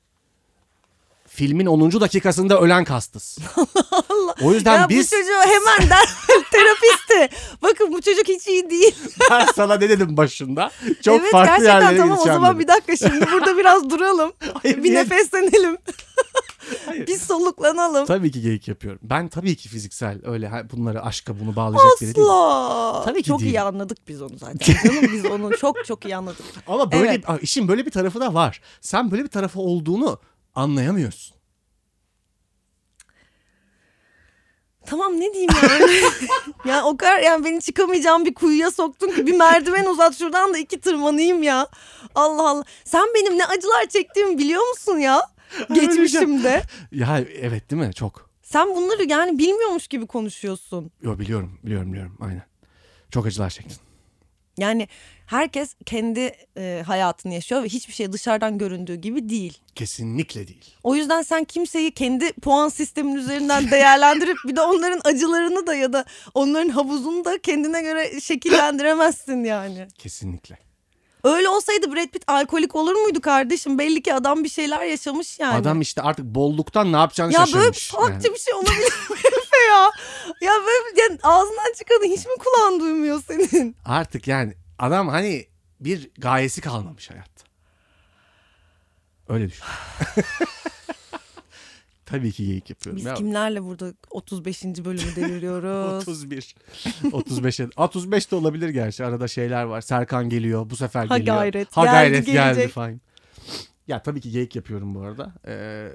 filmin 10. dakikasında ölen kastız. O yüzden ya biz bu çocuğu hemen der terapisti. Bakın bu çocuk hiç iyi değil. ben sana ne dedim başında? Çok evet farklı gerçekten yerlere tamam o gideceğim zaman bir dedim. dakika şimdi burada biraz duralım. Hayır, bir niye? nefeslenelim. Hayır. bir soluklanalım. Tabii ki geyik yapıyorum. Ben tabii ki fiziksel öyle ha- bunları aşka bunu bağlayacak biri değilim. Asla. Tabii ki çok değil. iyi anladık biz onu zaten. Canım biz onu çok çok iyi anladık. Ama böyle Evet. Aa, işin böyle bir tarafı da var. Sen böyle bir tarafı olduğunu anlayamıyorsun. Tamam ne diyeyim yani. yani o kadar yani beni çıkamayacağım bir kuyuya soktun ki bir merdiven uzat şuradan da iki tırmanayım ya. Allah Allah. Sen benim ne acılar çektiğimi biliyor musun ya? şey. Geçmişimde. Ya evet değil mi? Çok. Sen bunları yani bilmiyormuş gibi konuşuyorsun. Yo biliyorum, biliyorum, biliyorum. Aynen. Çok acılar çektin. Yani herkes kendi e, hayatını yaşıyor ve hiçbir şey dışarıdan göründüğü gibi değil. Kesinlikle değil. O yüzden sen kimseyi kendi puan sistemin üzerinden değerlendirip bir de onların acılarını da ya da onların havuzunu da kendine göre şekillendiremezsin yani. Kesinlikle. Öyle olsaydı Brad Pitt alkolik olur muydu kardeşim? Belli ki adam bir şeyler yaşamış yani. Adam işte artık bolluktan ne yapacağını ya böyle şaşırmış. salakça Yani. bir şey olabilir mi Efe ya? Ya böyle yani ağzından çıkanı hiç mi kulağın duymuyor senin? Artık yani adam hani bir gayesi kalmamış hayatta. Öyle düşün. Tabii ki geyik yapıyorum. Biz Ya, kimlerle burada 35. bölümü deliriyoruz? 31. 35'e. 35 de olabilir gerçi. Arada şeyler var. Serkan geliyor. Bu sefer Ha geliyor. gayret, Ha geldi, gayret geldi, gelecek. falan. Ya tabii ki geyik yapıyorum bu arada. Ee,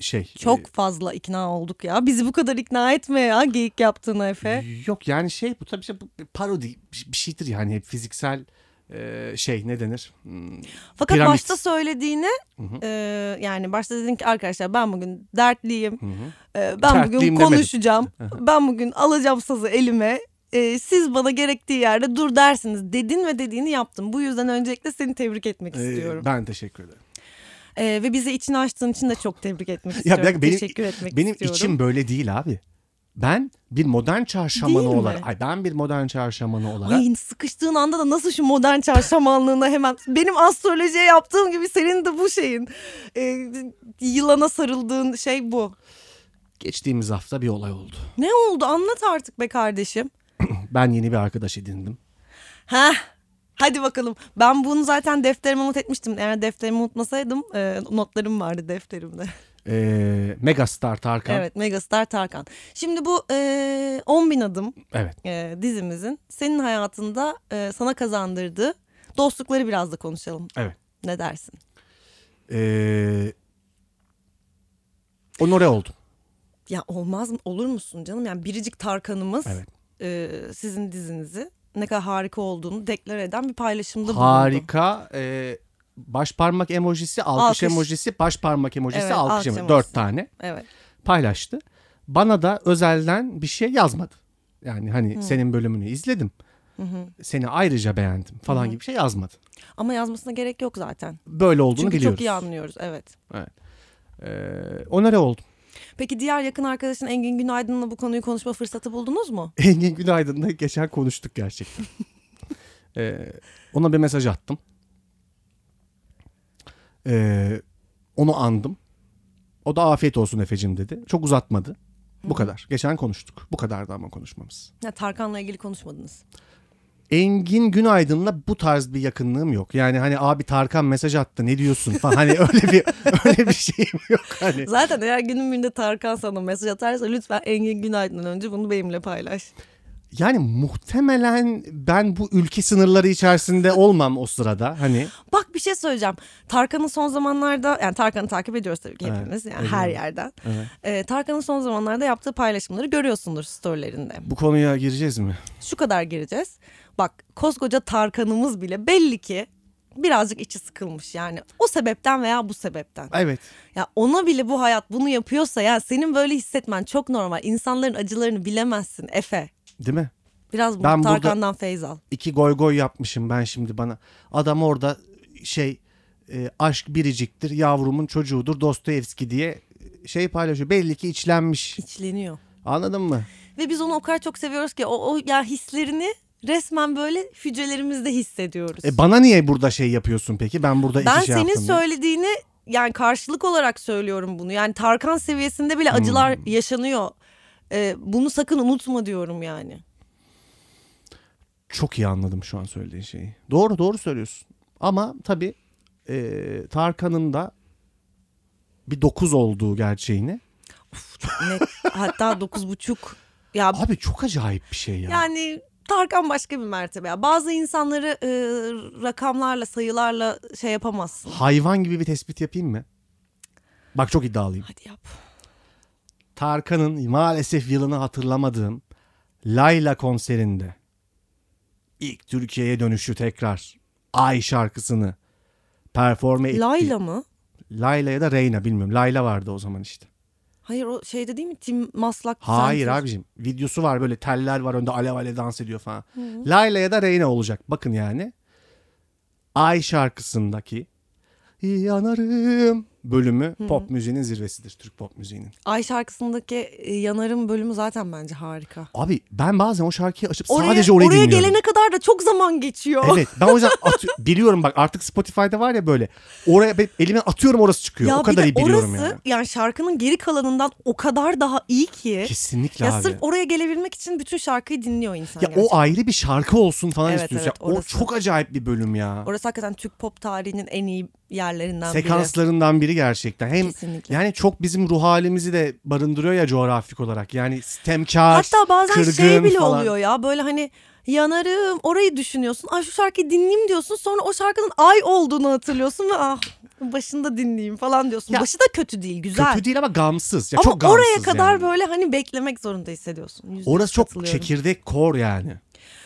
şey. e, Çok fazla ikna olduk ya. Bizi bu kadar ikna etme ya geyik yaptığına Efe. Yok yani şey bu tabii şey, bu bir parodi bir bir şeydir yani hep fiziksel e, şey ne denir? Hmm, Fakat Piramit. başta söylediğini e, yani başta dedin ki arkadaşlar ben bugün dertliyim. E, ben bugün Dertliyim demedim. konuşacağım. ben bugün alacağım sazı elime. E, siz bana gerektiği yerde dur dersiniz dedin ve dediğini yaptım. Bu yüzden öncelikle seni tebrik etmek e, istiyorum. ben teşekkür ederim. E, ve bize içini açtığın için de çok tebrik etmek Ya istiyorum. bir dakika, benim, Teşekkür etmek benim istiyorum. içim böyle değil abi. Ben bir modern çarşamanı Değil mi? olarak, ay ben bir modern çarşamanı olarak Ay sıkıştığın anda da nasıl şu modern çarşamanlığına hemen benim astrolojiye yaptığım gibi senin de bu şeyin e, yılana sarıldığın şey bu. geçtiğimiz hafta bir olay oldu. Ne oldu anlat artık be kardeşim. Ben yeni bir arkadaş edindim. Ha. Hadi bakalım. Ben bunu zaten defterime not etmiştim. Eğer defterimi unutmasaydım e, notlarım vardı defterimde. Ee, Megastar Tarkan. Evet. evet Megastar Tarkan. Şimdi bu e, 10 bin adım e, dizimizin senin hayatında e, sana kazandırdığı dostlukları biraz da konuşalım. Evet. Ne dersin? Ee, onore oldum. Ya olmaz mı? Olur musun canım? Yani biricik Tarkan'ımız Evet. e, sizin dizinizi ne kadar harika olduğunu deklar eden bir paylaşımda bulundu. Harika. E, baş parmak emojisi, alkış, Alkış. emojisi, baş parmak emojisi, Evet, alkış alkış emojisi. emojisi. Dört tane Evet. paylaştı. Bana da özelden bir şey yazmadı. Yani hani senin bölümünü izledim. Seni ayrıca beğendim falan gibi bir şey yazmadı. Ama yazmasına gerek yok zaten. Böyle olduğunu Çünkü biliyoruz. çok iyi anlıyoruz. Evet. Ee, onore oldum. Peki diğer yakın arkadaşın Engin Günaydın'la bu konuyu konuşma fırsatı buldunuz mu? Engin Günaydın'la geçen konuştuk gerçekten. Ee, ona bir mesaj attım. Ee, onu andım. O da afiyet olsun Efe'cim dedi. Çok uzatmadı. Bu kadar. Geçen konuştuk. Bu kadardı ama konuşmamız. Ya Tarkan'la ilgili konuşmadınız. Engin Günaydın'la bu tarz bir yakınlığım yok. Yani hani abi Tarkan mesaj attı ne diyorsun falan. Hani öyle bir öyle bir şeyim yok. Hani Zaten eğer günün birinde Tarkan sana mesaj atarsa lütfen Engin Günaydın'dan önce bunu benimle paylaş. yani muhtemelen ben bu ülke sınırları içerisinde olmam o sırada. Hani Bak bir şey söyleyeceğim. Tarkan'ın son zamanlarda yani Tarkan'ı takip ediyoruz tabii ki Evet, hepimiz yani ediyorum. her yerden. Evet. Ee, Tarkan'ın son zamanlarda yaptığı paylaşımları görüyorsundur storylerinde. bu konuya gireceğiz mi? Şu kadar gireceğiz. Bak koskoca Tarkan'ımız bile belli ki birazcık içi sıkılmış yani. O sebepten veya bu sebepten. Evet. Ya ona bile bu hayat bunu yapıyorsa ya senin böyle hissetmen çok normal. İnsanların acılarını bilemezsin Efe. Değil mi? Biraz bunu Ben burada- Tarkan'dan feyz al. iki goy goy yapmışım ben şimdi bana. Adam orada şey e, aşk biriciktir yavrumun çocuğudur Dostoyevski diye şey paylaşıyor. Belli ki içlenmiş. İçleniyor. Anladın mı? Ve biz onu o kadar çok seviyoruz ki o, o ya hislerini resmen böyle hücrelerimizde hissediyoruz. E, bana niye burada şey yapıyorsun peki? Ben burada ben iki şey senin yaptım diye. söylediğini yani karşılık olarak söylüyorum bunu. Yani Tarkan seviyesinde bile acılar Hmm. yaşanıyor. Ee, bunu sakın unutma diyorum yani. Çok iyi anladım şu an söylediğin şeyi. Doğru doğru söylüyorsun. Ama tabii e, Tarkan'ın da bir dokuz olduğu gerçeğini. Net, hatta dokuz buçuk. Ya Abi çok acayip bir şey ya. Yani Tarkan başka bir mertebe. ya. Bazı insanları e, rakamlarla, sayılarla şey yapamazsın. Hayvan gibi bir tespit yapayım mı? Bak çok iddialıyım. Hadi yap. Tarkan'ın maalesef yılını hatırlamadığım Layla konserinde ilk Türkiye'ye dönüşü tekrar Ay şarkısını performe etti. Layla mı? Layla ya da Reyna bilmiyorum. Layla vardı o zaman işte. Hayır o şeyde değil mi? Tim Maslak. Hayır Center. abicim. Videosu var böyle teller var önde alev alev dans ediyor falan. Layla ya da Reyna olacak. Bakın yani. Ay şarkısındaki yanarım bölümü pop müziğinin zirvesidir. Türk pop müziğinin. Ay şarkısındaki e, Yanarım bölümü zaten bence harika. Abi ben bazen o şarkıyı açıp sadece orayı oraya dinliyorum. gelene kadar da çok zaman geçiyor. Evet ben o yüzden atı- biliyorum bak artık Spotify'da var ya böyle. Oraya ben elime atıyorum orası çıkıyor. o bir kadar de iyi biliyorum orası, yani. şarkının geri kalanından o kadar daha iyi ki. Kesinlikle Ya abi. sırf oraya gelebilmek için bütün şarkıyı dinliyor insan. ya gerçekten. o ayrı bir şarkı olsun falan Evet, istiyorsun. evet, Ya o orası. çok acayip bir bölüm ya. Orası hakikaten Türk pop tarihinin en iyi yerlerinden biri. Sekanslarından biri gerçekten. Hem Kesinlikle. yani çok bizim ruh halimizi de barındırıyor ya coğrafik olarak. Yani sistemkar, Hatta bazen kırgın şey bile falan. oluyor ya böyle hani yanarım orayı düşünüyorsun. Ay şu şarkıyı dinleyeyim diyorsun sonra o şarkının ay olduğunu hatırlıyorsun ve ah başında dinleyeyim falan diyorsun. Ya, Başı da kötü değil güzel. Kötü değil ama gamsız. Ya Ama çok gamsız oraya kadar yani. böyle hani beklemek zorunda hissediyorsun. Yüzde yüz Orası çok katılıyorum. çekirdek kor yani.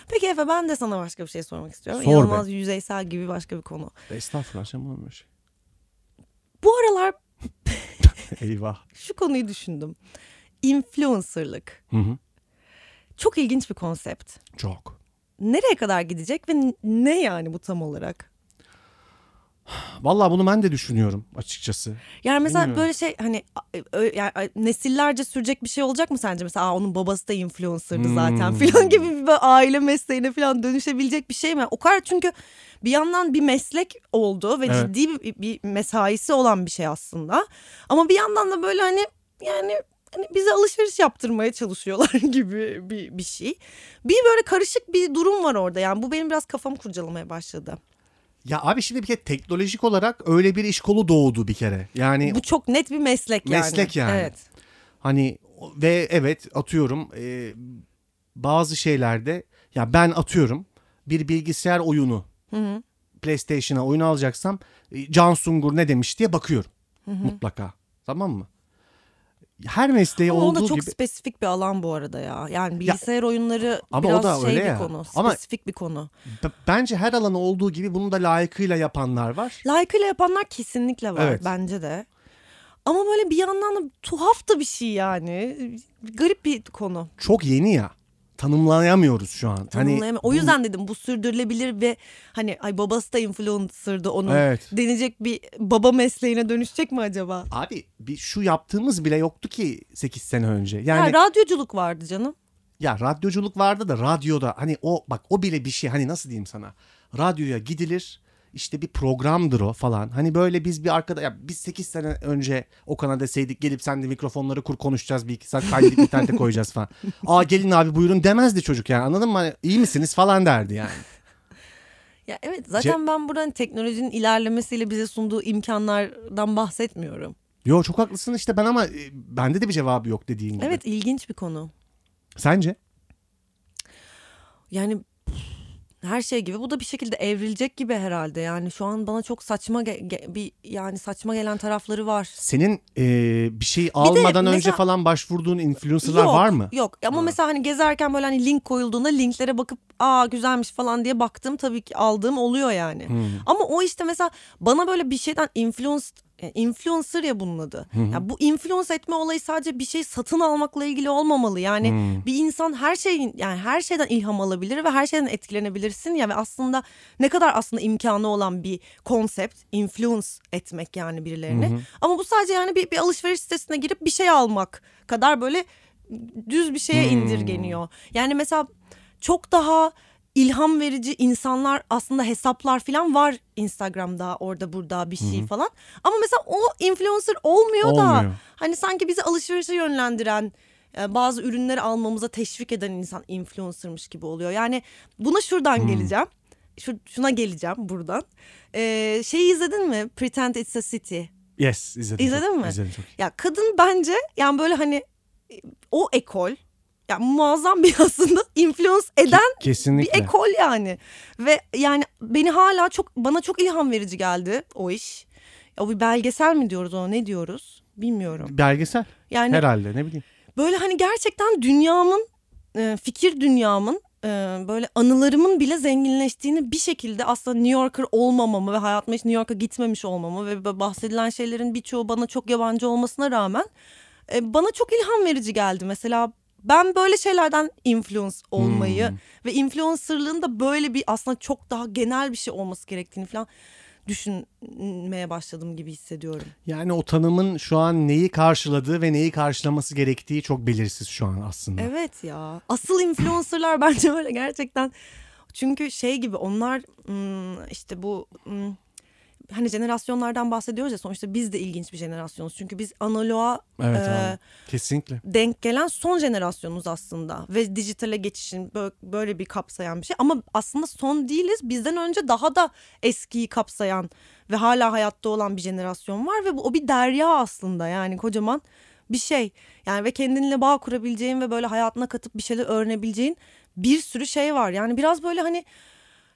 Peki Efe ben de sana başka bir şey sormak istiyorum. Sor be. İnanılmaz yüzeysel gibi başka bir konu. Estağfurullah canım olur mu öyle şey? Bu aralar Eyvah. şu konuyu düşündüm. Influencerlık. Hı hı. Çok ilginç bir konsept. Çok. Nereye kadar gidecek ve ne yani bu tam olarak? Vallahi bunu ben de düşünüyorum açıkçası. Yani mesela Bilmiyorum. böyle şey hani a- ö- yani a- nesillerce sürecek bir şey olacak mı sence? Mesela "Aa, onun babası da influencerdı zaten Hmm. filan gibi bir böyle aile mesleğine falan dönüşebilecek bir şey mi? O kadar çünkü bir yandan bir meslek oldu ve Evet. ciddi bir, bir mesaisi olan bir şey aslında. Ama bir yandan da böyle hani yani hani bize alışveriş yaptırmaya çalışıyorlar gibi bir, bir şey. Bir böyle karışık bir durum var orada. Yani bu benim biraz kafamı kurcalamaya başladı. Ya abi şimdi bir kere teknolojik olarak öyle bir iş kolu doğdu bir kere. Yani Bu çok net bir meslek yani. Meslek yani. Evet. Hani o- ve evet atıyorum e, bazı şeylerde ya ben atıyorum bir bilgisayar oyunu PlayStation'a oyun alacaksam e, Can Sungur ne demiş diye bakıyorum mutlaka tamam mı? Her mesleği Ama o da olduğu çok gibi spesifik bir alan bu arada ya. Yani bilgisayar oyunları Ama o biraz da şey öyle bir ya. konu. Ama- Spesifik bir konu. b- bence her alanı olduğu gibi bunu da layıkıyla yapanlar var. Layıkıyla yapanlar kesinlikle var Evet. bence de. Ama böyle bir yandan da tuhaf da bir şey yani. Garip bir konu. Çok yeni ya tanımlayamıyoruz şu an. Tanımlayamam- o Hani bu- yüzden dedim bu sürdürülebilir ve hani ay babası da influencer'dı onun. Evet. Denecek bir baba mesleğine dönüşecek mi acaba? Abi bir şu yaptığımız bile yoktu ki 8 sene önce. Yani Ha, radyoculuk vardı canım. Ya radyoculuk vardı da radyoda hani o bak o bile bir şey hani nasıl diyeyim sana. Radyoya gidilir işte bir programdır o falan. Hani böyle biz bir arkada ya biz 8 sene önce Okan'a deseydik gelip sen de mikrofonları kur konuşacağız bir iki saat kaydedip internete koyacağız falan. Aa gelin abi buyurun demezdi çocuk yani anladın mı? Hani, iyi misiniz falan derdi yani. Ya evet zaten ben buradan teknolojinin ilerlemesiyle bize sunduğu imkanlardan bahsetmiyorum. Yo çok haklısın işte ben ama e, bende de bir cevabı yok dediğin gibi. Evet ilginç bir konu. Sence? Yani her şey gibi bu da bir şekilde evrilecek gibi herhalde. Yani şu an bana çok saçma ge- ge- bir yani saçma gelen tarafları var. Senin e, bir şey almadan önce mesela- falan başvurduğun influencerlar Yok, var mı? Yok ama mesela hani gezerken böyle hani link koyulduğunda linklere bakıp aa güzelmiş falan diye baktım tabii ki aldığım oluyor yani. Ama o işte mesela bana böyle bir şeyden influence e, influencer ya bunun adı. Ya bu influence etme olayı sadece bir şey satın almakla ilgili olmamalı. Yani bir insan her şeyin yani her şeyden ilham alabilir ve her şeyden etkilenebilirsin ya ve aslında ne kadar aslında imkanı olan bir konsept influence etmek yani birilerini. Ama bu sadece yani bir, bir alışveriş sitesine girip bir şey almak kadar böyle düz bir şeye indirgeniyor. Yani mesela çok daha ilham verici insanlar aslında hesaplar falan var Instagram'da orada burada bir şey falan. Ama mesela o influencer olmuyor, Olmuyor. da hani sanki bizi alışverişe yönlendiren e, bazı ürünleri almamıza teşvik eden insan influencermış gibi oluyor. Yani buna şuradan geleceğim. Şu, şuna geleceğim buradan. Ee, şeyi izledin mi? Pretend It's a City. Yes izledim. çok- İzledin mi? İzledim çok. Ya kadın bence yani böyle hani e, o ekol ya muazzam bir aslında influence eden bir Kesinlikle. ekol yani. Ve yani beni hala çok bana çok ilham verici geldi o iş. O bir belgesel mi diyoruz ona ne diyoruz bilmiyorum. Belgesel Yani herhalde ne bileyim. böyle hani gerçekten dünyamın e, fikir dünyamın e, böyle anılarımın bile zenginleştiğini bir şekilde aslında New Yorker olmamamı ve hayatıma hiç New York'a gitmemiş olmamı ve bahsedilen şeylerin birçoğu bana çok yabancı olmasına rağmen E, bana çok ilham verici geldi mesela. Ben böyle şeylerden influence olmayı ve influencerlığın da böyle bir aslında çok daha genel bir şey olması gerektiğini falan düşünmeye başladım gibi hissediyorum. Yani o tanımın şu an neyi karşıladığı ve neyi karşılaması gerektiği çok belirsiz şu an aslında. Evet ya. Asıl influencerlar bence böyle gerçekten. Çünkü şey gibi onlar hmm, işte bu hmm, hani jenerasyonlardan bahsediyoruz ya sonuçta biz de ilginç bir jenerasyonuz. Çünkü biz analoğa Evet e, abi. Kesinlikle. denk gelen son jenerasyonuz aslında ve dijitale geçişin bö- böyle bir kapsayan bir şey ama aslında son değiliz bizden önce daha da eskiyi kapsayan ve hala hayatta olan bir jenerasyon var ve bu o bir derya aslında yani kocaman bir şey yani ve kendinle bağ kurabileceğin ve böyle hayatına katıp bir şeyler öğrenebileceğin bir sürü şey var yani biraz böyle hani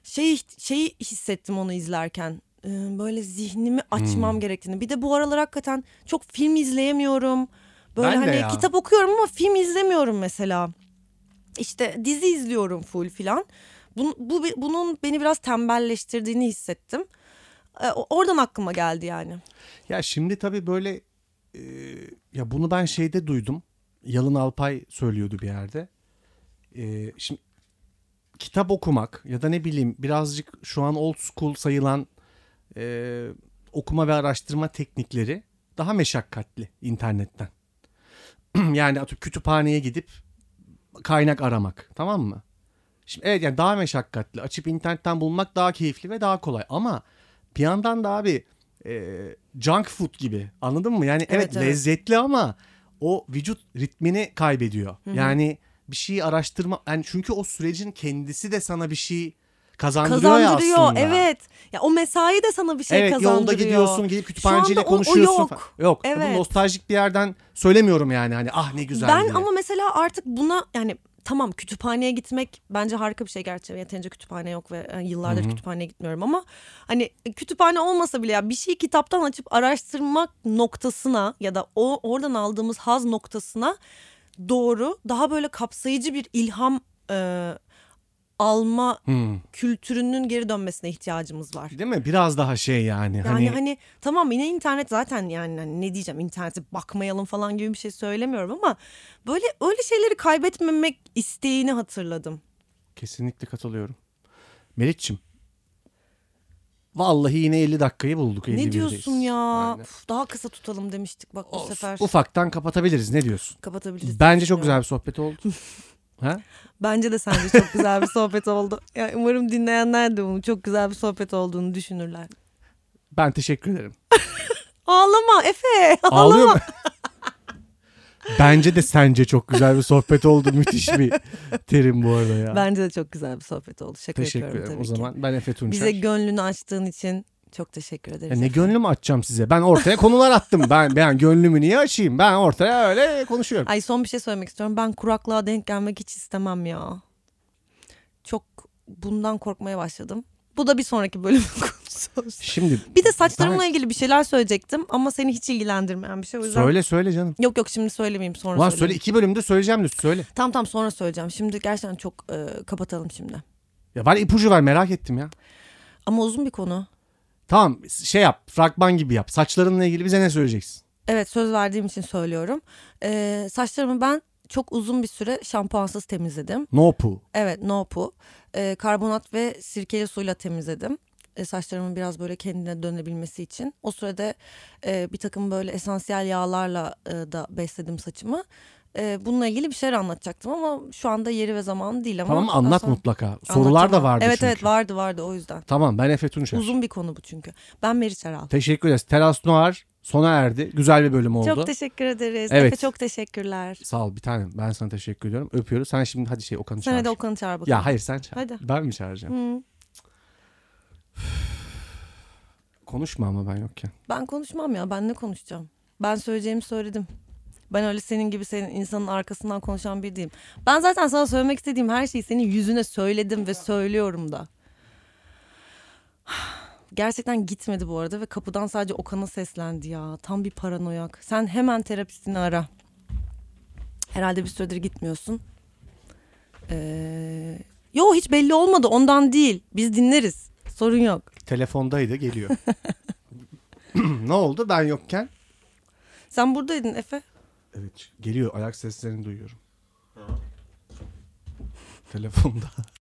şey şeyi hissettim onu izlerken. Ee, Böyle zihnimi açmam Hmm. gerektiğini. Bir de bu aralar hakikaten çok film izleyemiyorum. Böyle Ben de hani ya. kitap okuyorum ama film izlemiyorum mesela. İşte dizi izliyorum full filan. Bun- bu, bi- bunun beni biraz tembelleştirdiğini hissettim. Ee, o- oradan aklıma geldi yani. Ya şimdi tabii böyle e, ya bunu ben şeyde duydum. Yalın Alpay söylüyordu bir yerde. E, şimdi kitap okumak ya da ne bileyim birazcık şu an old school sayılan e, okuma ve araştırma teknikleri daha meşakkatli internetten. yani atıyorum kütüphaneye gidip kaynak aramak tamam mı? Şimdi evet yani daha meşakkatli. Açıp internetten bulmak daha keyifli ve daha kolay. Ama bir yandan da abi e, junk food gibi anladın mı? Yani evet, Evet, evet. lezzetli ama o vücut ritmini kaybediyor. Yani bir şeyi araştırma yani çünkü o sürecin kendisi de sana bir şey kazandırıyor, ya Kazandırıyor. aslında. evet. Ya o mesai de sana bir şey Evet kazandırıyor. yolda gidiyorsun gelip Şu kütüphaneciyle anda o- o konuşuyorsun. yok. falan. yok. Bunu Evet. nostaljik bir yerden söylemiyorum yani hani ah ne güzel Ben diye. ama mesela artık buna yani tamam kütüphaneye gitmek bence harika bir şey gerçi. Yeterince kütüphane yok ve yani yıllardır kütüphaneye gitmiyorum ama hani kütüphane olmasa bile ya bir şeyi kitaptan açıp araştırmak noktasına ya da o oradan aldığımız haz noktasına doğru daha böyle kapsayıcı bir ilham e, alma Hmm. kültürünün geri dönmesine ihtiyacımız var. Değil mi? Biraz daha şey yani. Yani hani, hani, tamam yine internet zaten yani hani ne diyeceğim internete bakmayalım falan gibi bir şey söylemiyorum ama böyle öyle şeyleri kaybetmemek isteğini hatırladım. Kesinlikle katılıyorum. Meriç'çim. Vallahi yine 50 dakikayı bulduk. 51'deyiz. Ne diyorsun ya? Aynen. Uf, daha kısa tutalım demiştik bak bu Olsun. sefer Ufaktan kapatabiliriz. Ne diyorsun? kapatabiliriz. Bence çok düşünüyorum. güzel bir sohbet oldu. ha? Bence de sence çok güzel bir sohbet oldu. Ya umarım dinleyenler de bunu çok güzel bir sohbet olduğunu düşünürler. Ben teşekkür ederim. Ağlama Efe. Ağlıyor mu? Bence de sence çok güzel bir sohbet oldu. Müthiş bir terim bu arada ya. Bence de çok güzel bir sohbet oldu. Şaka teşekkür yapıyorum ederim. tabii O zaman ki. ben Efe Tunçer. Bize gönlünü açtığın için çok teşekkür ederiz. Ya E, ne gönlümü açacağım size? Ben ortaya konular attım. Ben ben gönlümü niye açayım? Ben ortaya öyle konuşuyorum. Ay son bir şey söylemek istiyorum. Ben kuraklığa denk gelmek hiç istemem ya. Çok bundan korkmaya başladım. Bu da bir sonraki bölümün konusu. olsun. Şimdi Bir de saçlarımla ilgili bir şeyler söyleyecektim ama seni hiç ilgilendirmeyen bir şey. O yüzden... söyle söyle canım. Yok yok şimdi söylemeyeyim sonra Ulan söyle söyleyeyim. iki bölümde söyleyeceğim de söyle. Tam tam sonra söyleyeceğim. Şimdi gerçekten çok e, kapatalım şimdi. Ya bana ipucu ver merak ettim ya. Ama uzun bir konu. Tamam şey yap fragman gibi yap. Saçlarınla ilgili bize ne söyleyeceksin? Evet söz verdiğim için söylüyorum. E, saçlarımı ben çok uzun bir süre şampuansız temizledim. No poo. Evet no poo. Ee, karbonat ve sirkeli suyla temizledim. Ee, saçlarımın biraz böyle kendine dönebilmesi için. O sürede e, bir takım böyle esansiyel yağlarla e, da besledim saçımı. Ee, bununla ilgili bir şeyler anlatacaktım ama şu anda yeri ve zamanı değil ama. Tamam daha anlat sonra mutlaka. Sorular da anlatacağım. vardı Evet çünkü. evet vardı vardı o yüzden. Tamam ben Efe Tunçer. Uzun bir konu bu çünkü. Ben Meriç Aral. Teşekkür ederiz. Teras Noir sona erdi. Güzel bir bölüm oldu. Çok teşekkür ederiz. Evet. Efe çok teşekkürler. Sağ ol bir tanem. Ben sana teşekkür ediyorum. Öpüyoruz. Sen şimdi hadi şey Okan'ı çağır. Sana da Okan'ı çağır bakalım. Ya hayır sen çağır. Hadi. Ben mi çağıracağım? Hı. Konuşma ama ben yokken. Ben konuşmam ya. Ben ne konuşacağım? Ben söyleyeceğimi söyledim. Ben öyle senin gibi senin insanın arkasından konuşan bir değilim. Ben zaten sana söylemek istediğim her şeyi senin yüzüne söyledim ve söylüyorum da. Gerçekten gitmedi bu arada ve kapıdan sadece Okan'a seslendi ya. Tam bir paranoyak. Sen hemen terapistini ara. Herhalde bir süredir gitmiyorsun. Ee, yo hiç belli olmadı ondan değil. Biz dinleriz. Sorun yok. Telefondaydı geliyor. ne oldu ben yokken? Sen buradaydın Efe. Evet çık- geliyor ayak seslerini duyuyorum. Ha. Telefonda.